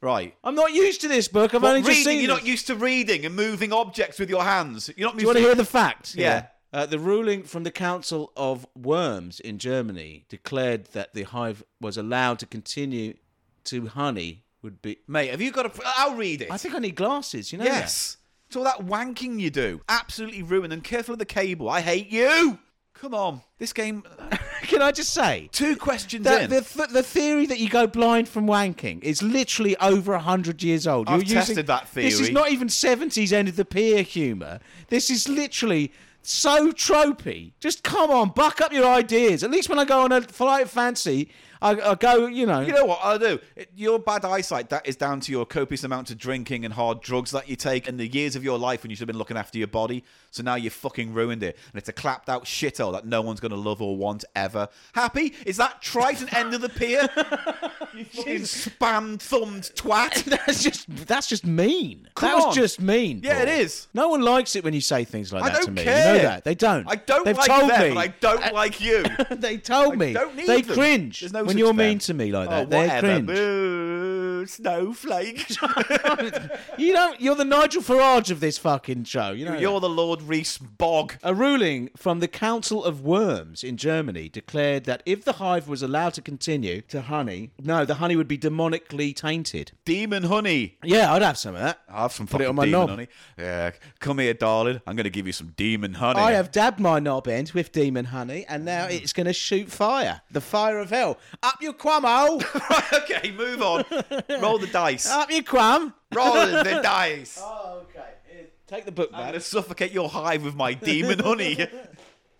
Right. [LAUGHS] I'm not used to this book. I've What, only just reading, seen. you're this. not used to reading and moving objects with your hands. You're not Do you want to hear moving- the fact? Yeah. Uh, the ruling from the Council of Worms in Germany declared that the hive was allowed to continue to honey would be. Mate, have you got a. I'll read it. I think I need glasses. You know. Yes. It's all that wanking you do. Absolutely ruined. And careful of the cable. I hate you. Come on. This game. [LAUGHS] that? [LAUGHS] Can I just say Two questions that in. the, th- the theory that you go blind from wanking is literally over hundred years old. I've using- tested that This is theory. not even seventies end of the pier humour. This is literally. So tropey. Just come on, buck up your ideas. At least when I go on a flight of fancy, I, I go, you know. you know what I'll do? It- Your bad eyesight, that is down to your copious amount of drinking and hard drugs that you take and the years of your life when you should have been looking after your body. So now you've fucking ruined it. And it's a clapped out shithole that no one's going to love or want ever. Happy? Is that trite and end of [LAUGHS] the pier? you fucking spam thumbed twat. That's just that's just mean. Come that was on. just mean. Yeah, it Paul. is. No one likes it when you say things like I that don't to me. care. You know that they don't. I don't They've like told them, me. Uh, but I don't like you. [LAUGHS] they told me. don't need they them. cringe There's no when such you're thing. mean to me like Oh, that. They whatever. cringe. [LAUGHS] Boo, snowflake. You don't. You're the Nigel Farage of this fucking show. You know. that. You're the Lord Reese Bog. A ruling from the Council of Worms in Germany declared that if the hive was allowed to continue to honey, no, the honey would be demonically tainted. Demon honey. Yeah, I'd have some of that. I have some fucking it on my demon knob. honey. Yeah, come here, darling. I'm going to give you some demon honey. I have dabbed my knob end with demon honey, and now it's going to shoot fire. The fire of hell. Up your quam, [LAUGHS] hole. [LAUGHS] Right, okay, move on. Roll the [LAUGHS] dice. Up your quam. Roll the dice. Oh, okay. Take the book I'm back. going to suffocate your hive with my [LAUGHS] demon honey.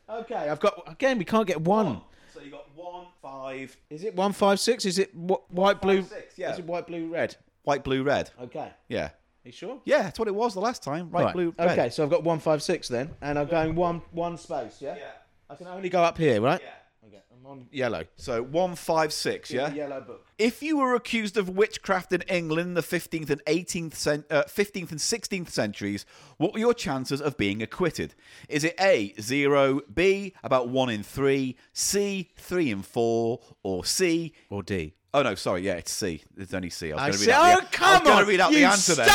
Okay, I've got. Again, we can't get one. So you got one, five, Is it one five six? Is it wh- white blue? six, yeah. Is it white blue red? white, blue, red. Okay. Yeah. you sure? Yeah, that's what it was the last time. Right, Right. blue, red. okay, so I've got one five six then, and I'm going one one space. Yeah. Yeah. I can only go up here, right? Yeah. Okay. I'm on yellow. So one, five, six, yeah? Yellow book. If you were accused of witchcraft in England in the 15th and 18th cen- uh, 15th and 16th centuries, what were your chances of being acquitted? Is it A, 0, B, about 1 in 3, C, 3 in 4, or C? Or D. Oh no, sorry, yeah, it's C. It's only C. I I was going said, to read oh out the, I was come gonna on! read out you the answer then.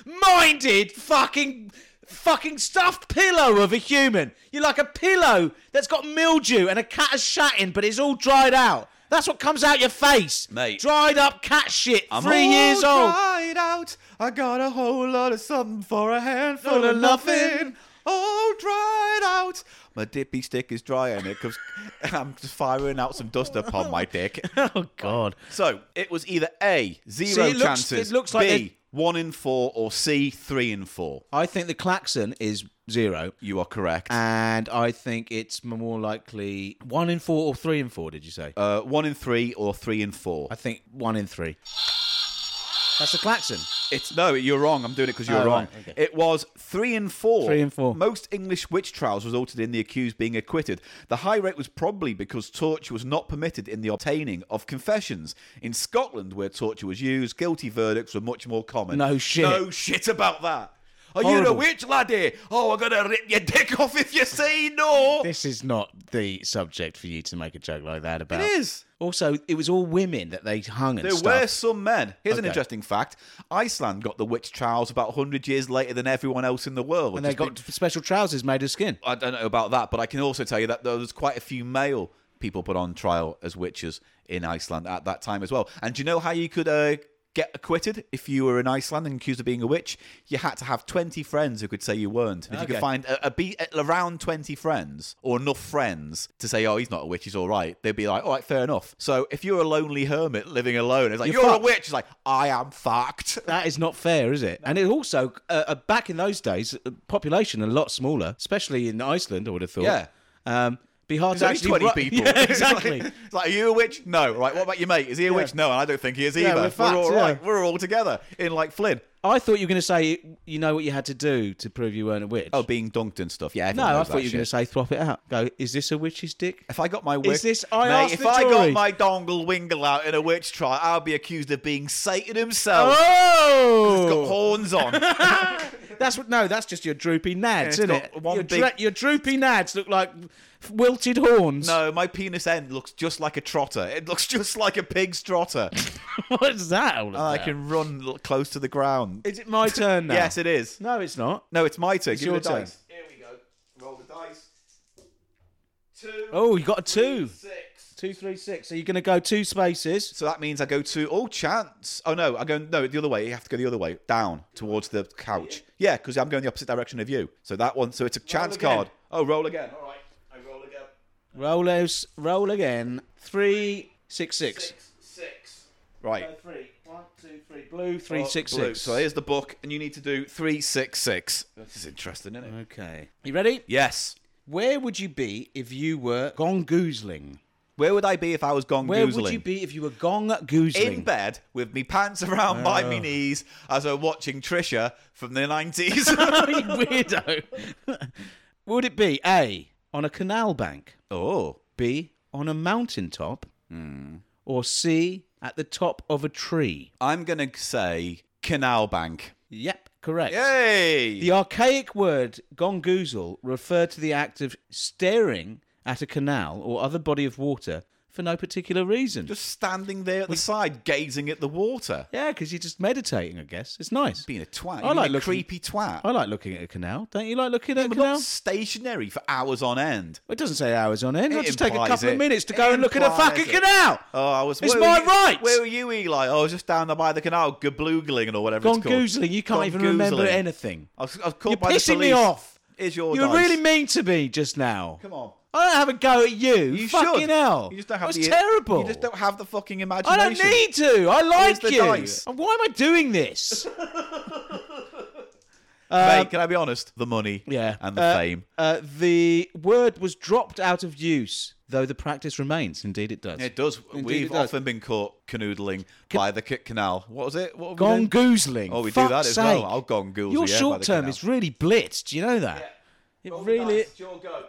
stump-minded fucking fucking stuffed pillow of a human. You're like a pillow that's got mildew and a cat has shat in, but it's all dried out. That's what comes out your face, Mate. Dried up cat shit. I'm three all years old. dried out. I got a whole lot of something for a handful All or of nothing. nothing. all dried out. My dippy stick is dry and it comes. [LAUGHS] and I'm just firing out some dust upon my [LAUGHS] dick. [LAUGHS] Oh God. So it was either A, zero See, it looks- chances. it looks like B, it- one in four, or C, three in four. I think the klaxon is zero, You are correct. and I think it's more likely one in four or three in four. Did you say? Uh, one in three or three in four. I think one in three. That's the klaxon. It's no, you're wrong. I'm doing it because you're Oh, wrong. right, okay. It was three in four. Three in four. Most English witch trials resulted in the accused being acquitted. The high rate was probably because torture was not permitted in the obtaining of confessions. In Scotland, where torture was used, guilty verdicts were much more common. No shit. No shit about that. Are you a Horrible. witch, laddie? Oh, I'm gonna rip your dick off if you say no. This is not the subject for you to make a joke like that about. It is. Also, it was all women that they hung and There stuff. were some men. Here's an Okay. interesting fact: Iceland got the witch trials about 100 years later than everyone else in the world. and they just got special trousers made of skin. I don't know about that, but I can also tell you that there was quite a few male people put on trial as witches in Iceland at that time as well. And do you know how you could uh, get acquitted if you were in Iceland and accused of being a witch? You had to have 20 friends who could say you weren't. And if you could Okay. find a, a be- around 20 friends or enough friends to say, oh, he's not a witch, he's all right, they'd be like, all right, fair enough. So if you're a lonely hermit living alone, it's like, you're, You're a fucked. witch. It's like, I am fucked. That is not fair, is it? And it also, uh, uh, back in those days, uh, population a lot smaller, especially in Iceland. I would have thought. Yeah. Um, be hard It's to only actually 20 ru- [LAUGHS] people. Yeah, It's like- [LAUGHS] exactly. It's like, are you a witch? No. Right, what about your mate? Is he a witch? No, and I don't think he is either. we're fucked, all yeah. right. We're all together in like Flynn. I thought you were going to say you know what you had to do to prove you weren't a witch. Oh, being dunked and stuff. Yeah. no, everyone I knows thought you that were going to shit. say throp it out. Go, is this a witch's dick? If I got my witch, Is this- I mate, asked if the I got jury. my dongle wingle out in a witch trial, I'll be accused of being Satan himself. It's got Oh, horns on. [LAUGHS] that's what. No, that's just your droopy nads, it's isn't got it? one your, big- your droopy nads look like wilted horns. [LAUGHS] no, my penis end looks just like a trotter. It looks just like a pig's trotter. what's that? All [LAUGHS] about? I can run l- close to the ground. Is it my turn now? Yes, it is. No, it's not. No, it's my turn. It's Give your me the turn. dice. Here we go. Roll the dice. Two. Oh, you got a two. Six. Two, three, six. So you're going to go two spaces. So that means I go to oh chance. Oh no, I go no the other way. You have to go the other way down towards the couch. Yeah, because I'm going the opposite direction of you. So that one. So it's a chance again. card. Oh, roll again. All right, I roll again. Roll, those- roll again. Three, six, six. six. Right. Three. One, two, three. Blue, three, six, Oh, Blue. six. So here's the book, and you need to do three six six. This is interesting, isn't it? Okay. You ready? Yes. Where would you be if you were gone goozling? Where would I be if I was gone Where goozling? would you be if you were gone goozling? Oh. In bed with me pants around by me knees as I'm watching Trisha from [LAUGHS] the 90s. You [LAUGHS] weirdo. [LAUGHS] would it be A, on a canal bank, oh. B, on a mountaintop, Hmm. or C, at the top of a tree? I'm going to say Canal Bank. Yep, correct. Yay! The archaic word gongoozle referred to the act of staring at a canal or other body of water for no particular reason. just standing there at the side, gazing at the water, yeah, because you're just meditating, I guess. It's nice. being a twat. I You're like a looking- creepy twat. I like looking at a canal. Don't you like looking at a But canal? not stationary for hours on end. It doesn't say hours on end. It I'll just take a implies couple it. of minutes to It go and look at a implies fucking it. canal. Oh, I was. It's where were my you- right. Where were you, Eli? Oh, I was just down there by the canal, gabloogling or whatever Gone it's called. goozling. You can't Gone even remember goozling. anything. I was, I was called You're by the pissing me police. off. Is your You're dice. really mean to me just now. Come on. I don't have a go at you. You fucking should. hell. You just don't have That the, was terrible. You just don't have the fucking I imagination. don't need to. I like the you. dice. And Why am I doing [LAUGHS] this? Mate, can I be honest? The money, yeah. and the Uh, fame. Uh, the word was dropped out of use, though the practice remains. Indeed, it does. It does. Indeed We've it does. often been caught canoodling by the Kit Canal. What was it? What were we Gone doing? goozling. Oh, we do Fuck's that as sake. well. I'll gone goozle, Your yeah, by short the term canal. is really blitzed. Do you know that? It really.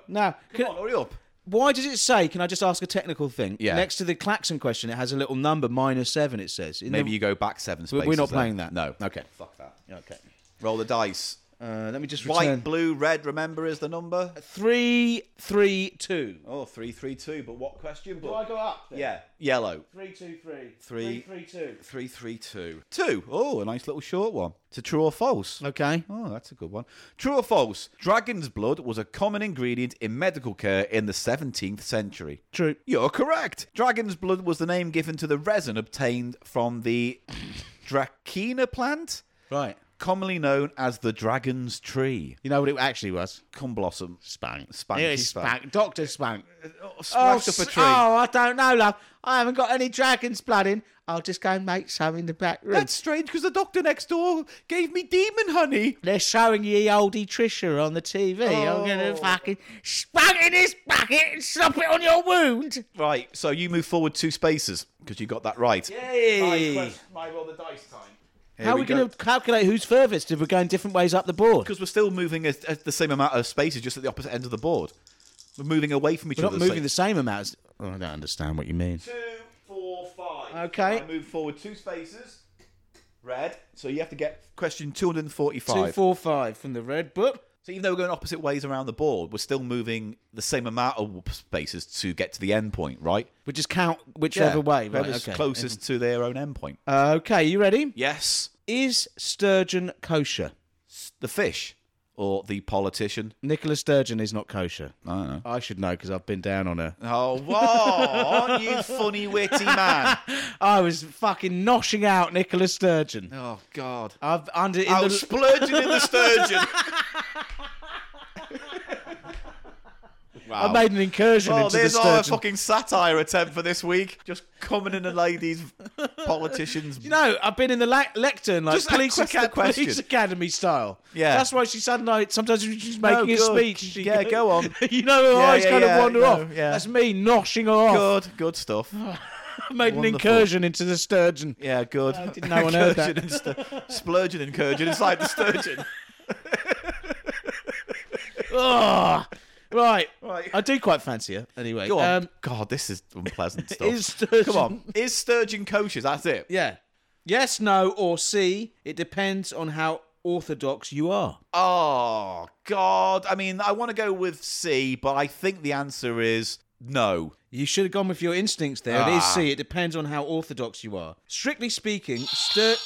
Now, Come on, hurry up. why does it say? Can I just ask a technical thing? Yeah. Next to the klaxon question, it has a little number minus seven. It says. In Maybe the- you go back seven We're- spaces. we're not then. playing that. No. Okay. Fuck that. Okay. Roll the dice. Uh, let me just White, return. blue, red. Remember is the number. Three, three, two. Oh, three, three, two. But what question? But up? yeah, yellow. Three, two, three. Three. Three, two. Three, three, two. Two. Oh, a nice little short one. To true or false? Okay. Oh, that's a good one. True or false? Dragon's blood was a common ingredient in medical care in the 17th century. True. You're correct. Dragon's blood was the name given to the resin obtained from the Dracena plant. Right. commonly known as the Dragon's Tree. You know what it actually was? Cum blossom. Spank. Spanky It was spank. spank. Doctor Spank. Oh, smashed s- up a tree. oh, I don't know, love. I haven't got any dragon's blood in. I'll just go and make some in the back room. That's strange because the doctor next door gave me demon honey. They're showing ye oldie Trisha on the TV. I'm gonna Oh. fucking spank in this bucket and slap it on your wound. Right, so you move forward two spaces because you got that right. Hey. My roll the dice time. How are we going to calculate who's furthest if we're going different ways up the board? Because we're still moving at, at the same amount of spaces, just at the opposite end of the board. We're moving away from each We're not other. moving the same amounts. Oh, I don't understand what you mean. Two, four, five. Okay. I move forward two spaces. Red. So you have to get question 245. Two, four, five from the red book. So even though we're going opposite ways around the board, we're still moving the same amount of spaces to get to the end point, right? We just count whichever way. Right, Whoever's okay. Mm-hmm. closest to their own end point. Uh, okay, you ready? yes. Is sturgeon kosher? The fish or the politician. Nicola Sturgeon is not kosher. I don't know. I should know because I've been down on her. Oh, whoa, aren't you funny, [LAUGHS] witty man? I was fucking noshing out Nicola Sturgeon. Oh, God. I've under in I the- was splurging in the sturgeon. [LAUGHS] wow. I made an incursion oh, into the there's our sturgeon. fucking satire attempt for this week. Just coming in a lady's politicians. You know, I've been in the le- lectern like Just that police, quick aca- question. police academy style. Yeah. that's why she suddenly sometimes when she's making a good. speech. She, Yeah, go on. [LAUGHS] you know, her Yeah, eyes yeah, kind yeah, of wander no, off. yeah. That's me noshing her off. Good, good [SIGHS] stuff. I [LAUGHS] made an Wonderful. incursion into the sturgeon. Yeah, good. didn't know [LAUGHS] one heard Incursion and stu- splurging and curging inside [LAUGHS] the sturgeon. Ugh. Right. Right. I do quite fancy her anyway. Go on. Um, God, this is unpleasant stuff. is sturgeon? Come on. Is sturgeon kosher? That's it. Yeah. Yes, no, or C. It depends on how orthodox you are. Oh, God. I mean, I want to go with C, but I think the answer is no. You should have gone with your instincts there. It is Ah. C. It depends on how orthodox you are. Strictly speaking, stur-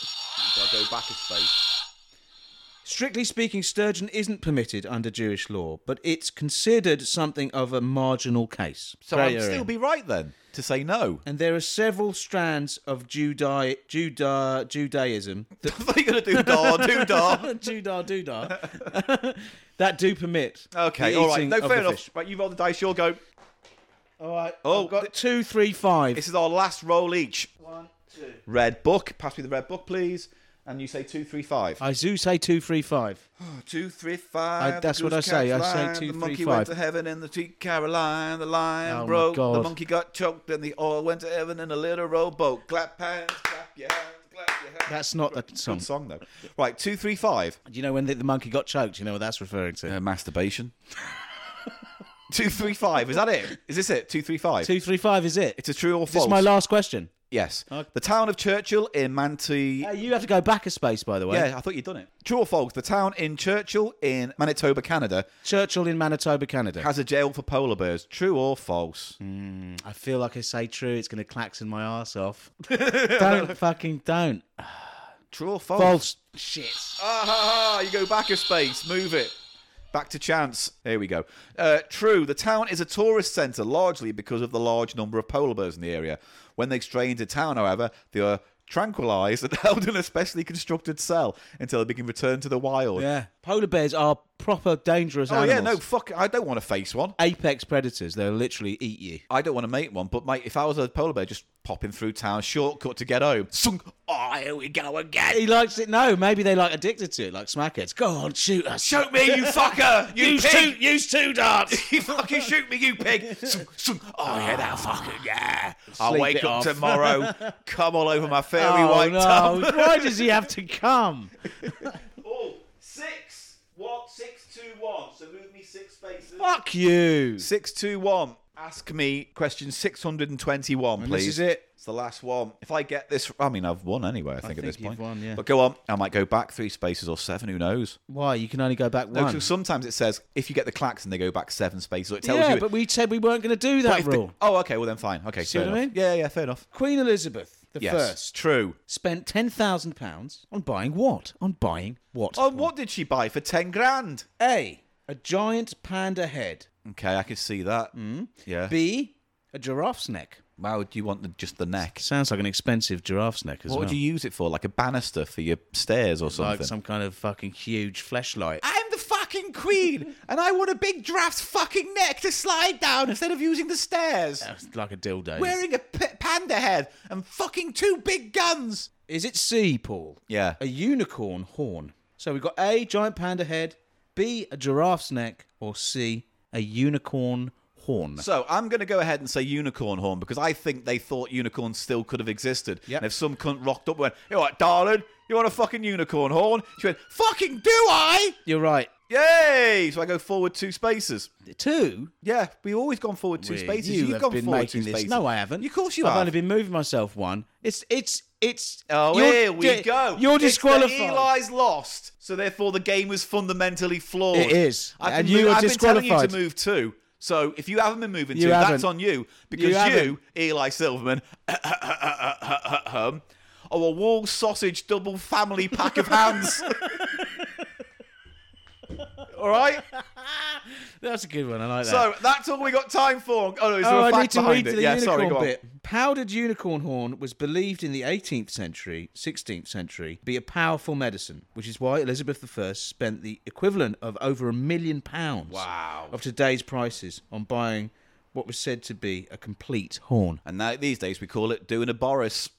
I'll go back a space. strictly speaking, sturgeon isn't permitted under Jewish law, but it's considered something of a marginal case. So I'd still be right then to say no. And there are several strands of Judai- Juda- Judaism [LAUGHS] [LAUGHS] I thought you were going to do da, do da. Doodah, doodah. [LAUGHS] that do permit. Okay, the all right. eating No, of fair the enough. fish. Right, you roll the dice, you'll go. All right. Oh, I've got two, three, five. This is our last roll each. One, two. Red book. Pass me the red book, please. And you say two, three, five. I do say two, three, five. Uh, Two, three, five. I- the that's what goose I say. kept I say flying, two, The three, monkey five. went to heaven and the sweet Caroline. The lion Oh my broke. The God. monkey got choked and the oil went to heaven in a little rowboat. Clap hands, clap your hands, clap your hands. That's not the song. Good song though. Right, two, three, five. Do you know when the, the monkey got choked? You know what that's referring to? Uh, masturbation. [LAUGHS] two, three, five. Is that it? Is this it? Two, three, five. Two, three, five is it? It's a true or This false? is my last question. yes. The town of Churchill in Manti. Uh, you have to go back a space, by the way. Yeah, I thought you'd done it. True or false? The town in Churchill in Manitoba, Canada, Churchill in Manitoba, Canada. has a jail for polar bears. True or false? I feel like I say true. It's going to klaxon my ass off. [LAUGHS] don't fucking don't. True or false? False. Oh, Shit. Ah, ha, ha, you go back a space. Move it. Back to chance. There we go. Uh, true. The town is a tourist centre largely because of the large number of polar bears in the area. When they stray into town, however, they are tranquilised and [LAUGHS] held in a specially constructed cell until they can return to the wild. Yeah. Polar bears are proper dangerous Oh animals. yeah, no fuck. I don't want to face one. apex predators. They'll literally eat you. I don't want to make one, but mate, if I was a polar bear, just popping through town, shortcut to get home. Sunk. Oh, here we go again. He likes it. No, maybe they like addicted to it, like smackheads. Go on, shoot us. Shoot me, [LAUGHS] you fucker. You use two, pig. use two darts. [LAUGHS] [LAUGHS] you fucking shoot me, you pig. Sunk, sunk. Oh yeah, that fucking yeah. I'll Ah. Sleep wake it up off. [LAUGHS] tomorrow. Come all over my fairy Oh, white tongue. no. Why does he have to come? Oh, six. What? Six two one. So move me six spaces. [LAUGHS] Fuck you. Six two one. Ask me question six hundred and twenty-one, please. This is it. It's the last one. If I get this, I mean, I've won anyway. I think, at think this you've point. won, yeah. But go on. I might go back three spaces or seven. Who knows? Why? You can only go back No, one. 'cause sometimes it says if you get the clacks and they go back seven spaces, so it tells yeah, you. but we said we weren't going to do that if the- rule. oh, okay. Well, then fine. Okay. See fair what I enough. mean? Yeah, yeah. Fair enough. Queen Elizabeth the Yes. First True. spent ten thousand pounds on buying what? On buying what? Oh, what did she buy for ten grand? A. A giant panda head. Hmm. Okay, I can see that. Yeah. B. A giraffe's neck. Why would you want the, just the neck? Sounds like an expensive giraffe's neck as What well. would you use it for? Like a banister for your stairs or something? like some kind of fucking huge fleshlight. I'm the fucking queen, and I want a big draft's fucking neck to slide down instead of using the stairs. That's like a dildo. Wearing a p- panda head and fucking two big guns. Is it C, Paul? Yeah. A unicorn horn. So we've got A, giant panda head, B, a giraffe's neck, or C, a unicorn horn. So I'm going to go ahead and say unicorn horn because I think they thought unicorns still could have existed. Yep. And if some cunt rocked up and went, "You all right, darling? You want a fucking unicorn horn?" She went, "Fucking do I?" You're right. Yay! So I go forward two spaces. Two? Yeah, we've always gone forward two Weird. spaces. You have have gone been forward making two this. spaces. No, I haven't. Of course you I've have. only been moving myself one. It's it's it's. Oh, you're here we di- go. You're It's that disqualified. Eli's lost, so therefore the game was fundamentally flawed. It is. I've been And you mov- are I've Been telling disqualified. you to move too. So if you haven't been moving You too, that's haven't. on you because You you, Eli Silverman, [LAUGHS] are a wall sausage double family pack [LAUGHS] of hands. All right. That's a good one. I like that. So that's all we got time for. Oh no, is there oh, a fact I need to behind read it? to the yeah, unicorn sorry, go on. bit. Powdered unicorn horn was believed in the 18th century, 16th century, to be a powerful medicine, which is why Elizabeth I spent the equivalent of over a million pounds Wow. of today's prices on buying what was said to be a complete horn. And now these days we call it doing a [LAUGHS] Boris.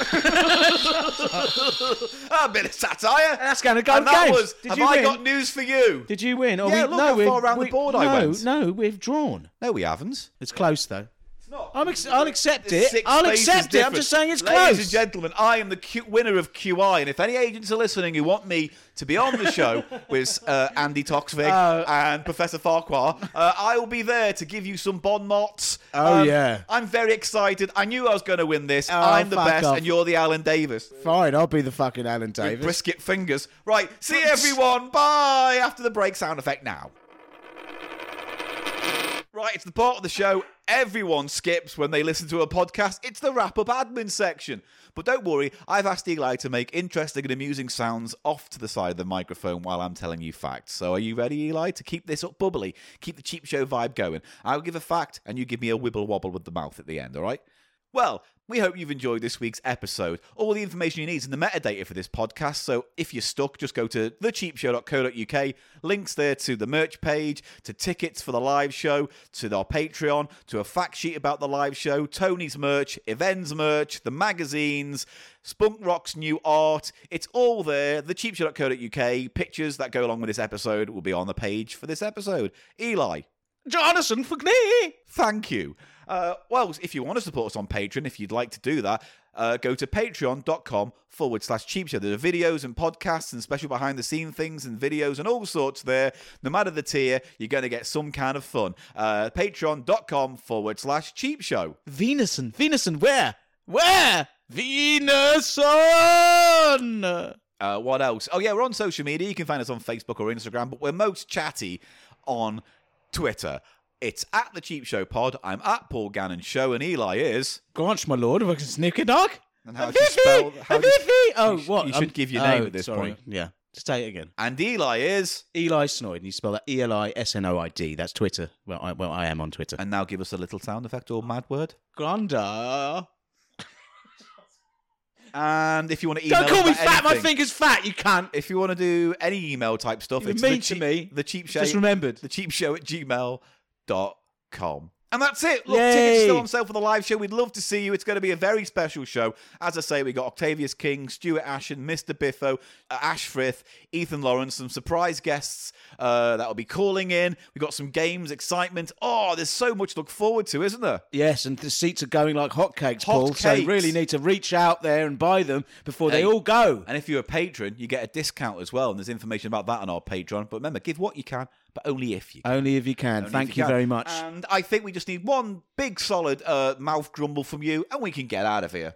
a bit of satire. that's gonna go And that games. was. Did have you I win? got news for you? Did you win? Or Yeah, we, look no, how we've- far round the we- board no, I went. No, we've drawn. No, we haven't. It's close though. It's not. I'm ex- I'll accept There's it. six I'll spaces accept it. I'm different. just saying it's Ladies and close. gentlemen, I am the Q- winner of QI, and if any agents are listening who want me to be on the show [LAUGHS] with uh, Andy Toxvig Oh. and Professor Farquhar, uh, I will be there to give you some bon mots. Um, Oh, yeah. I'm very excited. I knew I was going to win this. Oh, I'm the fuck best, off. and you're the Alan Davis. Fine, I'll be the fucking Alan Davis. Brisket fingers. Right, see everyone. Bye. After the break sound effect now. Right, it's the part of the show everyone skips when they listen to a podcast. It's the wrap up admin section. But don't worry, I've asked Eli to make interesting and amusing sounds off to the side of the microphone while I'm telling you facts. So are you ready, Eli, to keep this up bubbly? Keep the cheap show vibe going. I'll give a fact and you give me a wibble wobble with the mouth at the end, all right? Well, we hope you've enjoyed this week's episode. All the information you need is in the metadata for this podcast, so if you're stuck, just go to thecheapshow.co.uk. Links there to the merch page, to tickets for the live show, to our Patreon, to a fact sheet about the live show, Tony's merch, Evans merch, the magazines, Spunk Rock's new art. It's all there. Thecheapshow.co.uk. Pictures that go along with this episode will be on the page for this episode. Eli, Jonathan Fagney. Thank you. Uh, well, if you want to support us on Patreon, if you'd like to do that, uh, go to patreon.com forward slash cheap show. There are videos and podcasts and special behind the scene things and videos and all sorts there. No matter the tier, you're going to get some kind of fun. Uh, patreon.com forward slash cheap show. Venuson, Venuson, where? Where? Venuson! Uh, what else? Oh, yeah, we're on social media. You can find us on Facebook or Instagram, but we're most chatty on Twitter. It's at The Cheap Show Pod. I'm at Paul Gannon Show, and Eli is. Grant, my lord, if I can sniff a dog. And how do you spell- how do you- oh, you sh- what? you should I'm- give your name oh, at this sorry. point. Yeah. Just say it again. And Eli is. Eli Snoid, and you spell that E L I S N O I D. That's Twitter. Well, I, well, I am on Twitter. And now give us a little sound effect or mad word. Granda. And if you want to email, Don't call us me about fat. My anything- finger's fat. You can't. If you want to do any email type stuff, You were it's mean the to cheap, me. The cheap show. Just remembered. the cheap show at gmail.com. And that's it. Look, Yay. tickets still on sale for the live show. We'd love to see you. It's going to be a very special show. As I say, we got Octavius King, Stuart Ashen, Mr. Biffo, uh, Ash Frith, Ethan Lawrence, some surprise guests uh, that will be calling in. We've got some games, excitement. Oh, there's so much to look forward to, isn't there? Yes, and the seats are going like hotcakes, Paul. So you Hotcakes. really need to reach out there and buy them before Hey. they all go. And if you're a patron, you get a discount as well. And there's information about that on our Patreon. But remember, give what you can, but only if you can. Only if you can. Only Uh, Thank if you, can. very much. And I think we just need one big solid uh, mouth grumble from you, and we can get out of here.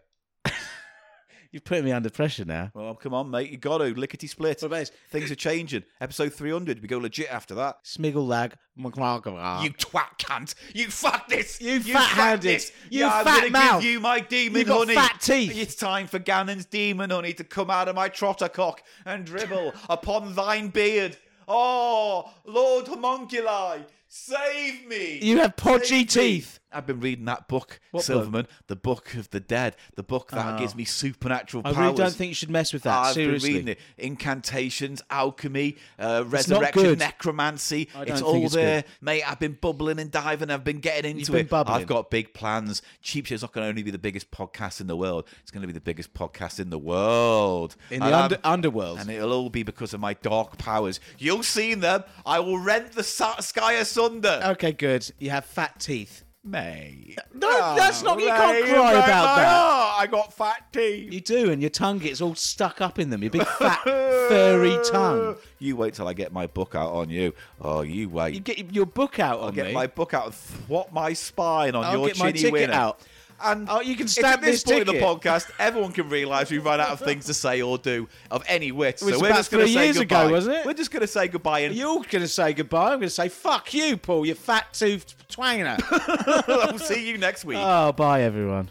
You've put me under pressure now. Well, come on, mate. You got to. Lickety split. What about this? Things are changing. Episode 300. We go legit after that. Smiggle lag. McLaughlin. You twat cunt! You fuck this! You, fat-handed. this. You yeah, fat I'm gonna mouth. give you my demon You got honey. fat teeth. It's time for Ganon's demon honey to come out of my trotter cock and [LAUGHS] dribble upon thine beard. Oh, Lord Homunculi, save me! You have podgy Save me. teeth. I've been reading that book, What Ah. Silverman, the Book of the Dead, the book that gives me supernatural I powers. really don't think you should mess with that. I've seriously. been reading it. Incantations, alchemy, uh, not resurrection, good. necromancy. I don't It's think all it's there, mate. I've been bubbling and diving. I've been getting into been it. bubbling. I've got big plans. Cheap Show's not going to only be the biggest podcast in the world. It's going to be the biggest podcast in the world. In the And I'm- under- underworld. And it'll all be because of my dark powers. You've seen them. I will rent the sa- sky asunder. Okay, good. You have fat teeth. mate. No, that's not- you can't mate, cry mate, about my that. heart. I got fat teeth. You do, and your tongue gets all stuck up in them. Your big [LAUGHS] fat furry tongue. You wait till I get my book out on you. Oh, you wait. You get your book out on I'll get me. my book out and thwat my spine on I'll your get my chinny ticket winner. out. And Oh, you can it's stab at this this, point in the ticket. podcast. Everyone can realise we've run out of things to say or do of any wit. was so we're about just going to three say years ago, goodbye. wasn't it? We're just going to say goodbye and You're going to say goodbye. I'm going to say, fuck [LAUGHS] you, Paul, you fat toothed twanger. [LAUGHS] we'll see you next week. oh, bye, everyone.